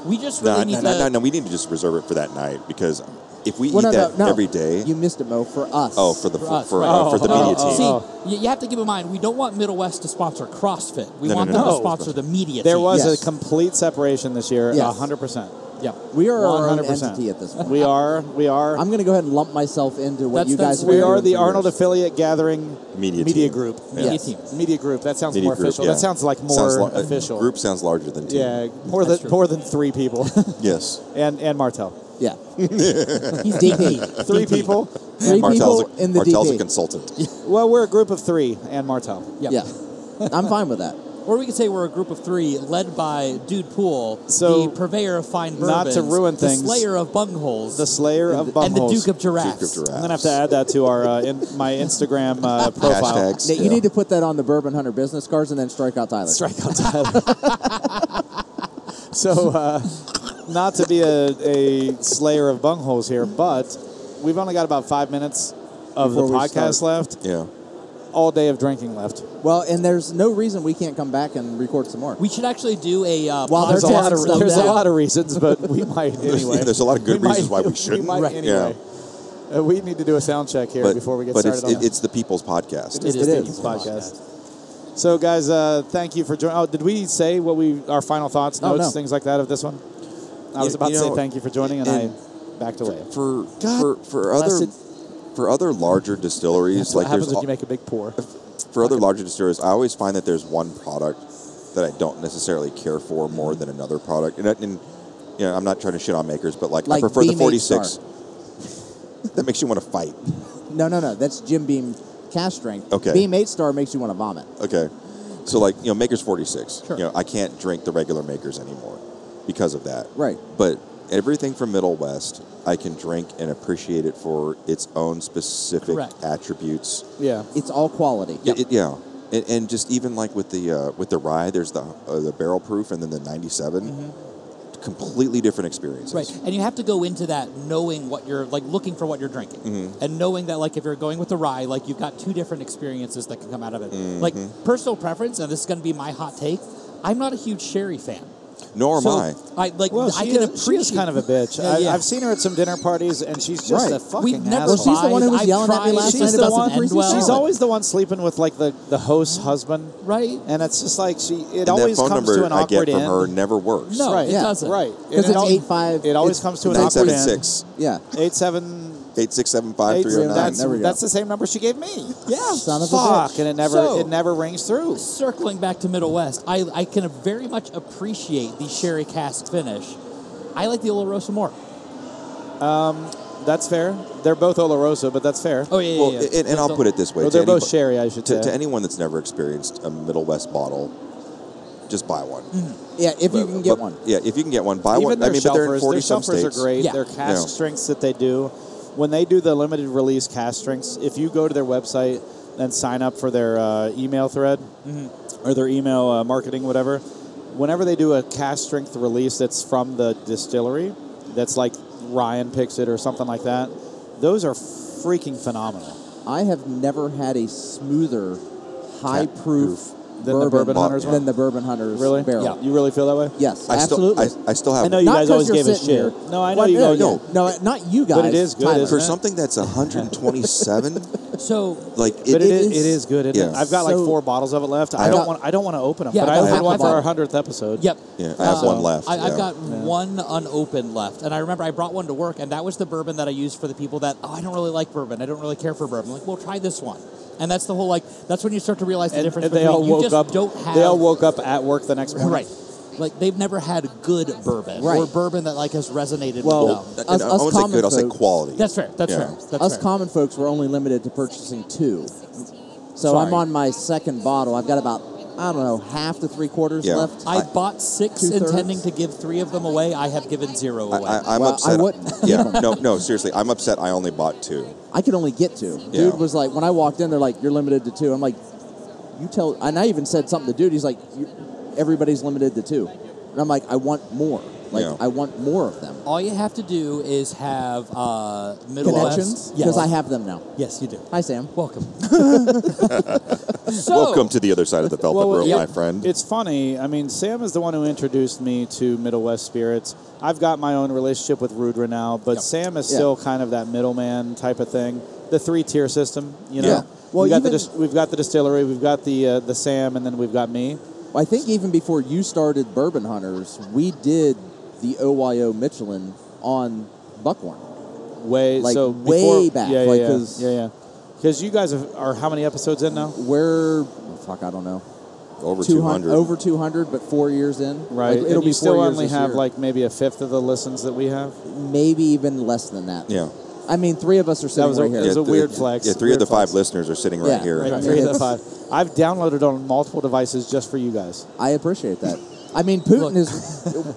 A: we just really
B: No,
A: need
B: no,
A: to.
B: no, no, no, we need to just reserve it for that night because if we
C: Well,
B: eat
C: no, no,
B: that
C: no.
B: every day,
C: You missed it, Mo. For us.
B: oh, for the
A: For
B: for,
A: us,
B: for,
A: right.
B: uh, for the
D: Oh,
B: media
D: oh,
B: team,
D: oh.
A: See, you- you have to keep in mind we don't want Middle West to sponsor CrossFit. We
B: No, no,
A: want
B: no,
A: them
D: no.
A: to sponsor the media.
D: There
A: team.
D: was
C: Yes.
D: a complete separation this year,
C: Yes.
D: 100%.
A: Yep.
C: we are our own
D: 100%.
C: entity at this point.
D: We are, we are,
C: I'm going to go ahead and lump myself into what
A: That's-
C: you
A: that's
C: guys.
D: we
A: where
D: are
C: were doing
D: the
C: for
D: Arnold
C: years.
D: affiliate gathering
B: Media
D: media
B: team.
D: group.
A: Media
C: Yes.
A: team.
D: Media group. That sounds
B: media
D: more
B: group.
D: official.
B: yeah.
D: That sounds like more
B: Sounds li- uh,
D: official.
B: Group sounds larger than team.
D: Yeah, more
A: That's
D: than
A: true.
D: more than three people,
B: Yes.
D: and and Martel.
C: Yeah,
A: He's DP.
D: Three people.
C: three
B: Martel's,
C: people
B: a,
C: in the
B: Martel's a
C: DP.
B: consultant.
D: Well, we're a group of three, and Martel.
A: Yep.
C: Yeah, I'm fine with that.
A: Or we could say we're a group of three led by Dude Pool,
D: So,
A: the purveyor of fine bourbons,
D: not to ruin things,
A: the slayer of bungholes,
D: The Slayer of Bumholes.
A: and the Duke of Giraffes.
B: Duke of Giraffes.
D: I'm gonna have to add that to our uh, in, my Instagram uh, profile.
B: Hashtags.
C: Nate, you
B: yeah.
C: need to put that on the Bourbon Hunter business cards and then strike out Tyler.
D: Strike out Tyler. so, uh, not to be a, a slayer of bungholes here, but we've only got about five minutes of
C: Before
D: the
C: we
D: podcast
C: start.
D: left,
B: Yeah.
D: all day of drinking left.
C: Well, and there's no reason we can't come back and record some more.
A: We should actually do a uh,
B: Oh,
C: Well,
D: There's a
A: podcast
D: lot
C: Podcast
D: of
C: stuff
D: there's a
C: down.
D: lot of reasons, but we might
B: There's-
D: anyway.
B: there's a lot of good
D: We
B: reasons why we
D: We
B: shouldn't.
D: might
A: Right.
D: anyway. Uh, we need to do a sound check here
B: But,
D: before we get
B: but
D: started
B: it's,
D: on
B: it, it's the people's podcast.
A: It
D: It
A: is
D: is
A: the
D: People's
A: People's
D: podcast. So, guys, uh, thank you for joining. Oh, did we say what we our final thoughts,
C: Oh,
D: notes,
C: no.
D: things like that of this one? I was
B: You-
D: about
B: you
D: to say
B: know,
D: thank you for joining, and,
B: and-
D: I backed away.
B: For,
D: God
B: for, for other
D: blessed.
B: for other larger distilleries,
D: That's
B: like
D: what
B: there's
D: happens when
B: al-
D: you make a big pour.
B: for other larger distilleries, I always find that there's one product that I don't necessarily care for more than another product. And, and you know, I'm not trying to shit on makers, but like,
C: Like
B: I prefer the
C: Beam
B: 46.
C: 8
B: that makes you want to fight.
C: No, no, no. That's Jim Beam cash drink.
B: Okay.
C: Beam Eight Star makes you want to vomit.
B: Okay. So like, you know, makers 46.
A: Sure.
B: You know, I can't drink the regular makers anymore because of that.
C: Right.
B: But everything from Middle West, I can drink and appreciate it for its own specific
A: Correct.
B: attributes.
D: Yeah.
C: It's all quality.
B: Yeah, It, yeah. And, and just even like with the uh, with the rye, there's the uh, the barrel proof and then the 97.
D: Mm-hmm.
B: Completely different experiences.
A: Right, and you have to go into that knowing what you're like, looking for what you're drinking,
C: Mm-hmm.
A: and knowing that like if you're going with the rye, like you've got two different experiences that can come out of it.
C: Mm-hmm.
A: Like personal preference, and this is going to be my hot take. I'm not a huge sherry fan.
B: Nor am
A: so
B: I.
A: I like.
D: Well,
A: I
D: she,
A: can
D: is, she
A: appreciate.
D: is kind of a bitch.
A: Yeah,
D: I,
A: yeah.
D: I've seen her at some dinner parties, and she's just
C: Right.
D: a fucking
A: We've never.
D: asshole.
C: Well, she's the one who was
A: I've
C: yelling at me
A: tried-
C: last
A: she's
C: night
A: the
C: about some
A: one-
C: Greasy
A: well.
C: salad.
D: She's always the one sleeping with like the, the host's husband,
A: right.
D: and it's just like she. It
B: And that
D: always
B: phone
D: comes to
B: number
D: an
B: I
D: awkward
B: get from
D: end.
B: her never works.
A: No,
D: Right.
A: it
C: Yeah.
A: doesn't.
D: Right. And it
C: Because it's
D: al-
C: eight five.
D: It always comes to an awkward end.
B: 976
C: Yeah.
D: Eight seven
B: 8675
D: that's,
B: 309.
C: there we go.
D: that's the same number she gave me.
A: Yeah.
C: Son of a
D: Fuck,
C: bitch.
D: and it never
A: So-
D: it never rings through.
A: circling back to Middle West, I, I can very much appreciate the sherry cask finish. I like the Oloroso more.
D: That's fair. They're both Oloroso, but that's fair.
A: Oh yeah, yeah.
B: Well,
A: yeah.
B: and, and I'll put it this way.
D: Well,
B: to
D: they're both
B: anybo-
D: sherry, I should
B: to, to
D: say.
B: anyone that's never experienced a Middle West bottle, just buy one.
C: Yeah. If you can get
B: But-
C: one.
B: Yeah, if you can get one, buy
D: Even
B: one.
D: their
B: I mean,
D: shelfers,
B: but they're in 40
D: their
B: some
D: shelfers
B: states.
D: are great.
A: Yeah.
D: Their cast
B: Yeah.
D: strengths that they do, when they do the limited release cast drinks, if you go to their website and sign up for their uh, email thread or their email uh, marketing, whatever, whenever they do a cast strength release that's from the distillery, that's like Ryan picks it or something like that, those are freaking phenomenal.
C: I have never had a smoother, high proof
D: Than the Bourbon
B: Hunters
C: than
B: one?
C: the bourbon hunters
D: Really?
C: barrel.
A: Yeah.
D: You really feel that way?
C: Yes,
B: I still,
C: absolutely.
B: I, I still have.
D: I know you
C: Not
D: guys
C: 'cause
D: always
C: you're
D: gave us shit.
C: sitting here.
D: No, I know
C: Well,
D: you guys.
C: no, no, no, not you guys.
D: But it is good,
C: Tyler.
D: isn't
B: for
D: it?
B: something that's 127,
A: So
B: like it
D: But it is,
C: is-
D: it is good. Isn't
B: yeah.
D: it? I've got
C: So-
D: like four bottles of it left. I
B: I've
D: don't
B: got-
D: want I don't want to open them,
A: Yeah,
D: but
A: I
D: I
A: don't
D: had
A: have
D: one for
A: one.
D: our hundredth episode.
A: Yep.
B: Yeah, I have one left,
A: I, I've
B: yeah.
A: got one unopened left, and I remember I brought one to work, and that was the bourbon that I used for the people that oh I don't really like bourbon, I don't really care for bourbon. Like, well, try this one, and that's the whole like that's when you start to realize the
D: And,
A: difference
D: and they
A: between
D: all
A: you
D: woke
A: just
D: up.
A: don't have
D: they all woke up at work the next morning.
A: right, like they've never had good bourbon or
C: Right.
A: bourbon that like has resonated
C: Well,
A: with them.
B: and
C: us-
B: I
C: us
B: won't say
C: common
B: good. I'll say
C: folk-
B: quality.
A: That's fair. That's
B: Yeah.
A: fair. That's
C: Us
A: fair.
C: common folks were only limited to purchasing two. So
A: Sorry.
C: I'm on my second bottle. I've got about I don't know half to three quarters
B: Yeah.
C: left.
A: I bought six
C: Two-thirds?
A: intending to give three of them away. I have given zero
B: I,
A: away.
B: I, I'm
C: Well, I
B: upset.
C: wouldn't.
B: yeah, no, no, seriously, I'm upset. I only bought two.
C: I could only get two.
B: Yeah.
C: Dude was like, when I walked in, they're like, "You're limited to two. I'm like, "You tell." And I even said something to dude. He's like, you, "Everybody's limited to two. and I'm like, "I want more. Like,
B: Yeah.
C: I want more of them."
A: all you have to do is have uh, Middle
C: Connections,
A: West.
C: because
A: Yes.
C: I have them now.
A: yes, you do.
C: Hi, Sam.
A: Welcome. so,
B: Welcome to the other side of the velvet
D: Well,
B: room,
D: yeah,
B: my friend.
D: It's funny. I mean, Sam is the one who introduced me to Middle West spirits. I've got my own relationship with Rudra now, but
A: Yep.
D: Sam is
C: Yeah.
D: still kind of that middleman type of thing. The three tier system, you know.
B: Yeah.
C: Well,
D: we've got, the
C: even-
D: dis- we've got the distillery, we've got the uh, the Sam, and then we've got me.
C: Well, I think even before you started Bourbon Hunters, we did the OYO Michelin on Buckhorn.
D: Way
C: Like,
D: so
C: way
D: before-
C: back,
D: Yeah,
C: like,
D: yeah,
C: 'cause-
D: yeah, yeah. Because you guys have, are how many episodes in now?
C: We're oh, fuck, I don't know,
B: over
C: 200,
B: 200.
C: over 200, but four years in.
D: Right.
C: Like,
D: and
C: it'll be
D: you still
C: four years
D: only
C: this
D: have
C: year.
D: like maybe a fifth of the listens that we have.
C: maybe even less than that.
B: Yeah.
C: I mean, three of us are
D: That
C: sitting
D: was a,
C: right
D: it
C: here.
D: was
B: Yeah,
D: a
B: the-
D: weird flex.
B: Yeah, three
D: weird
B: of the
D: flex.
B: five listeners are sitting right
C: Yeah,
B: here.
C: right.
D: Right, three of the
C: It's-
D: five. I've downloaded on multiple devices just for you guys.
C: I appreciate that. I mean, Putin
A: Look.
C: is.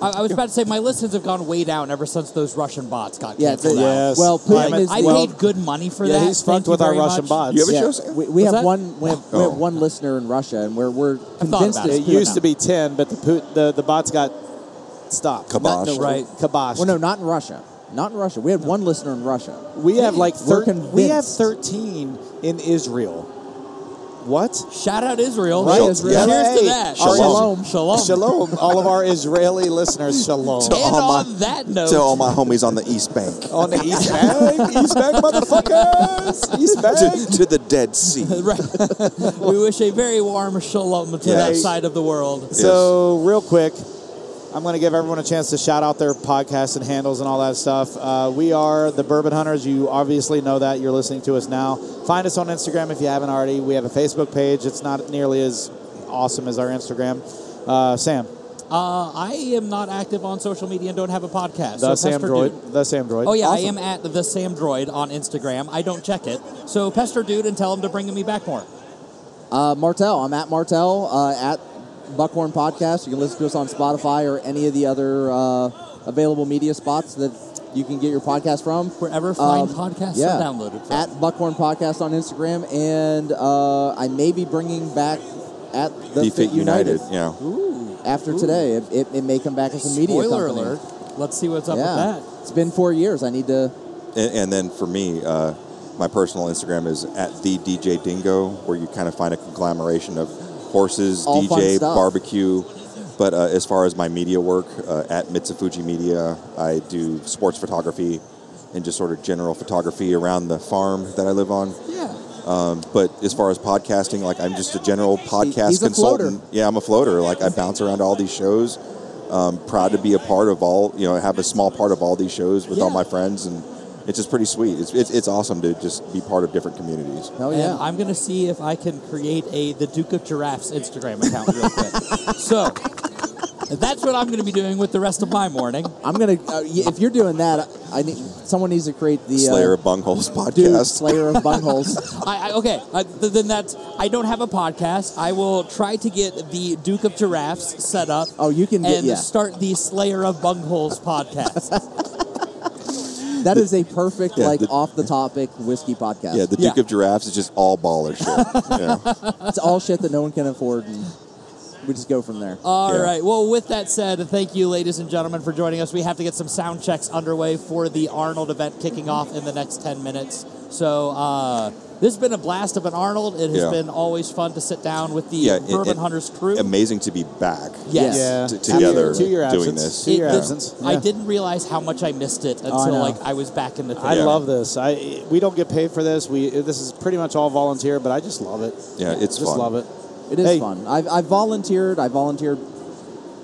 A: I, I was about to say my listens have gone way down ever since those Russian bots got
C: Yeah,
A: canceled.
C: the-
A: out.
D: Yes.
C: Well,
D: Damn
C: Putin
D: it.
C: is.
A: I
C: well,
A: paid good money for
D: yeah,
A: that.
D: he's fucked
A: Thank you
D: with our
A: very
D: Russian
A: much.
D: bots.
B: You ever
C: yeah,
B: show Sam?
C: we, we have
A: that-
C: one. We have, we
B: Oh.
C: have one listener in Russia, and we're we're convinced
A: about
C: it's
A: it.
D: It
C: Putin.
D: used to be ten, but the put, the the bots got stopped.
B: Kiboshed.
D: Not- no,
A: Right.
D: Kiboshed.
C: Well, no, not in Russia. Not in Russia. We had one listener in Russia.
D: we have like
C: We're
D: thir- we have
C: convinced.
D: thirteen in Israel. What?
A: Shout out Israel.
C: Right,
A: Shal-
C: Israel.
A: Cheers to
D: Hey,
A: that.
B: shalom.
A: Shalom. Shalom.
D: Shalom, all of our Israeli listeners. Shalom.
A: And
B: all my-
A: on that note,
B: To all my homies on the East Bank,
C: Oh,
D: On the East Bank, East Bank motherfuckers, East Bank.
B: to, to the Dead Sea.
A: right, we wish a very warm shalom to that
B: Yes.
A: side of the world.
D: So real quick, I'm going to give everyone a chance to shout out their podcasts and handles and all that stuff. Uh, we are the Bourbon Hunters. You obviously know that. You're listening to us now. Find us on Instagram if you haven't already. We have a Facebook page. It's not nearly as awesome as our Instagram. Uh, Sam,
A: Uh, I am not active on social media and don't have a podcast.
D: the
A: so
D: Sam
A: Pester
D: Droid.
A: Dude-
D: The Sam Droid.
A: Oh yeah,
D: Awesome.
A: I am at the Sam Droid on Instagram. I don't check it, so pester dude and tell him to bring me back more.
C: Uh, Martel. I'm at Martel uh, at Buckhorn Podcast. You can listen to us on Spotify or any of the other uh, available media spots that you can get your podcast from.
A: Wherever fine
C: Um,
A: podcasts
C: yeah.
A: are downloaded from.
C: At Buckhorn Podcast on Instagram, and uh, I may be bringing back at the
B: Defeat
C: Fit United,
B: United. Yeah.
A: Ooh.
C: after today. It, it, it may come back as a media
A: Spoiler
C: company.
A: alert. Let's see what's up
C: Yeah,
A: with that.
C: it's been four years. I need to.
B: And, and then for me, uh, my personal Instagram is at the DJ Dingo, where you kind of find a conglomeration of horses,
C: All fun
B: DJ,
C: stuff.
B: barbecue. But uh, as far as my media work, uh, at Mitsufuji Media, I do sports photography and just sort of general photography around the farm that I live on.
A: Yeah.
B: Um, but as far as podcasting, like I'm just a general podcast
C: he's a
B: consultant.
C: floater.
B: yeah, I'm a floater. Like I bounce around all these shows. Um, proud to be a part of all, you know, have a small part of all these shows with all
A: Yeah.
B: my friends, and it's just pretty sweet. It's, it's it's awesome to just be part of different communities.
C: Hell
A: And
C: Oh, yeah!
A: I'm gonna see if I can create a the Duke of Giraffes Instagram account real quick. so that's what I'm gonna be doing with the rest of my morning.
C: I'm gonna. Uh, y- if you're doing that, I need someone needs to create the
B: Slayer
C: uh,
B: of Bungholes
C: dude
B: podcast.
C: Slayer of Bungholes.
A: I, I okay. Uh, th- then that's I don't have a podcast. I will try to get the Duke of Giraffes set up.
C: Oh, you can get
A: and
C: yeah.
A: start the Slayer of Bungholes podcast.
C: That is a perfect
B: Yeah,
C: like
B: the-
C: off the topic whiskey podcast.
B: yeah, the Duke
A: Yeah.
B: of Giraffes is just all baller shit. Yeah.
C: it's all shit that no one can afford, and we just go from there.
A: All right.
B: Yeah.
A: Well, with that said, thank you, ladies and gentlemen, for joining us. We have to get some sound checks underway for the Arnold event kicking off in the next 10 minutes. So, uh, This has been a blast of an Arnold. It has
B: Yeah.
A: been always fun to sit down with the
B: Yeah, it-
A: Bourbon
B: it-
A: Hunters crew.
B: Amazing to be back.
A: Yes.
D: Yeah.
B: T- together
D: Two year
B: doing
D: absence.
B: this.
D: Two year
A: It- this-
D: absence.
A: I
D: Yeah.
A: didn't realize how much I missed it until
D: know.
A: like I was back in the. Thing.
D: I
B: Yeah.
D: love this. I we don't get paid for this. We this is pretty much all volunteer, but I just love it.
B: Yeah, it's
D: just
B: fun.
D: love it.
C: It is
D: Hey.
C: fun. I've, I volunteered. I volunteered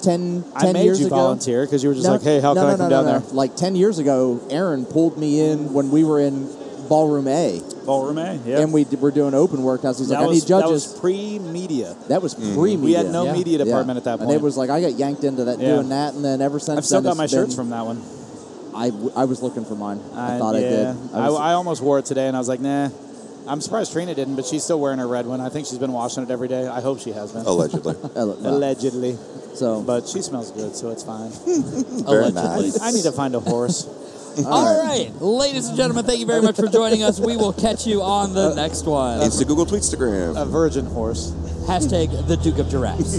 C: 10, 10
D: I made
C: years
D: you
C: ago.
D: volunteer because you were just like, hey, how
C: no,
D: can
C: no,
D: I
C: no,
D: come down
C: no, no.
D: there?
C: Like 10 years ago, Aaron pulled me in when we were in Ballroom A
E: Ballroom A. Yeah.
C: and we d- were doing open workouts. He's
D: That
C: like, I
D: was,
C: need
D: that
C: judges.
D: was pre media.
C: That was pre media.
D: We had no
A: Yeah.
D: media department at that point.
C: And it was like, I got yanked into that
D: Yeah.
C: doing that. And then ever since
D: I've still
C: then,
D: got my
C: it's
D: shirts
C: been-
D: from that one.
C: I, w- I was looking for mine. I, thought I did.
D: yeah. I,
C: I was,
D: I almost wore it today, and I was like, nah. I'm surprised Trina didn't, but she's still wearing her red one. I think she's been washing it every day. I hope she has been.
C: Oh,
B: Allegedly.
C: I looked-
D: Allegedly.
C: So,
D: But she smells good, so it's fine.
B: Very
A: Allegedly.
B: nice.
D: I need to find a horse.
A: All right, ladies and gentlemen, thank you very much for joining us. We will catch you on
B: Uh,
A: the next one.
B: Insta Google Tweetstagram.
D: a virgin horse.
A: Hashtag the Duke of Giraffes.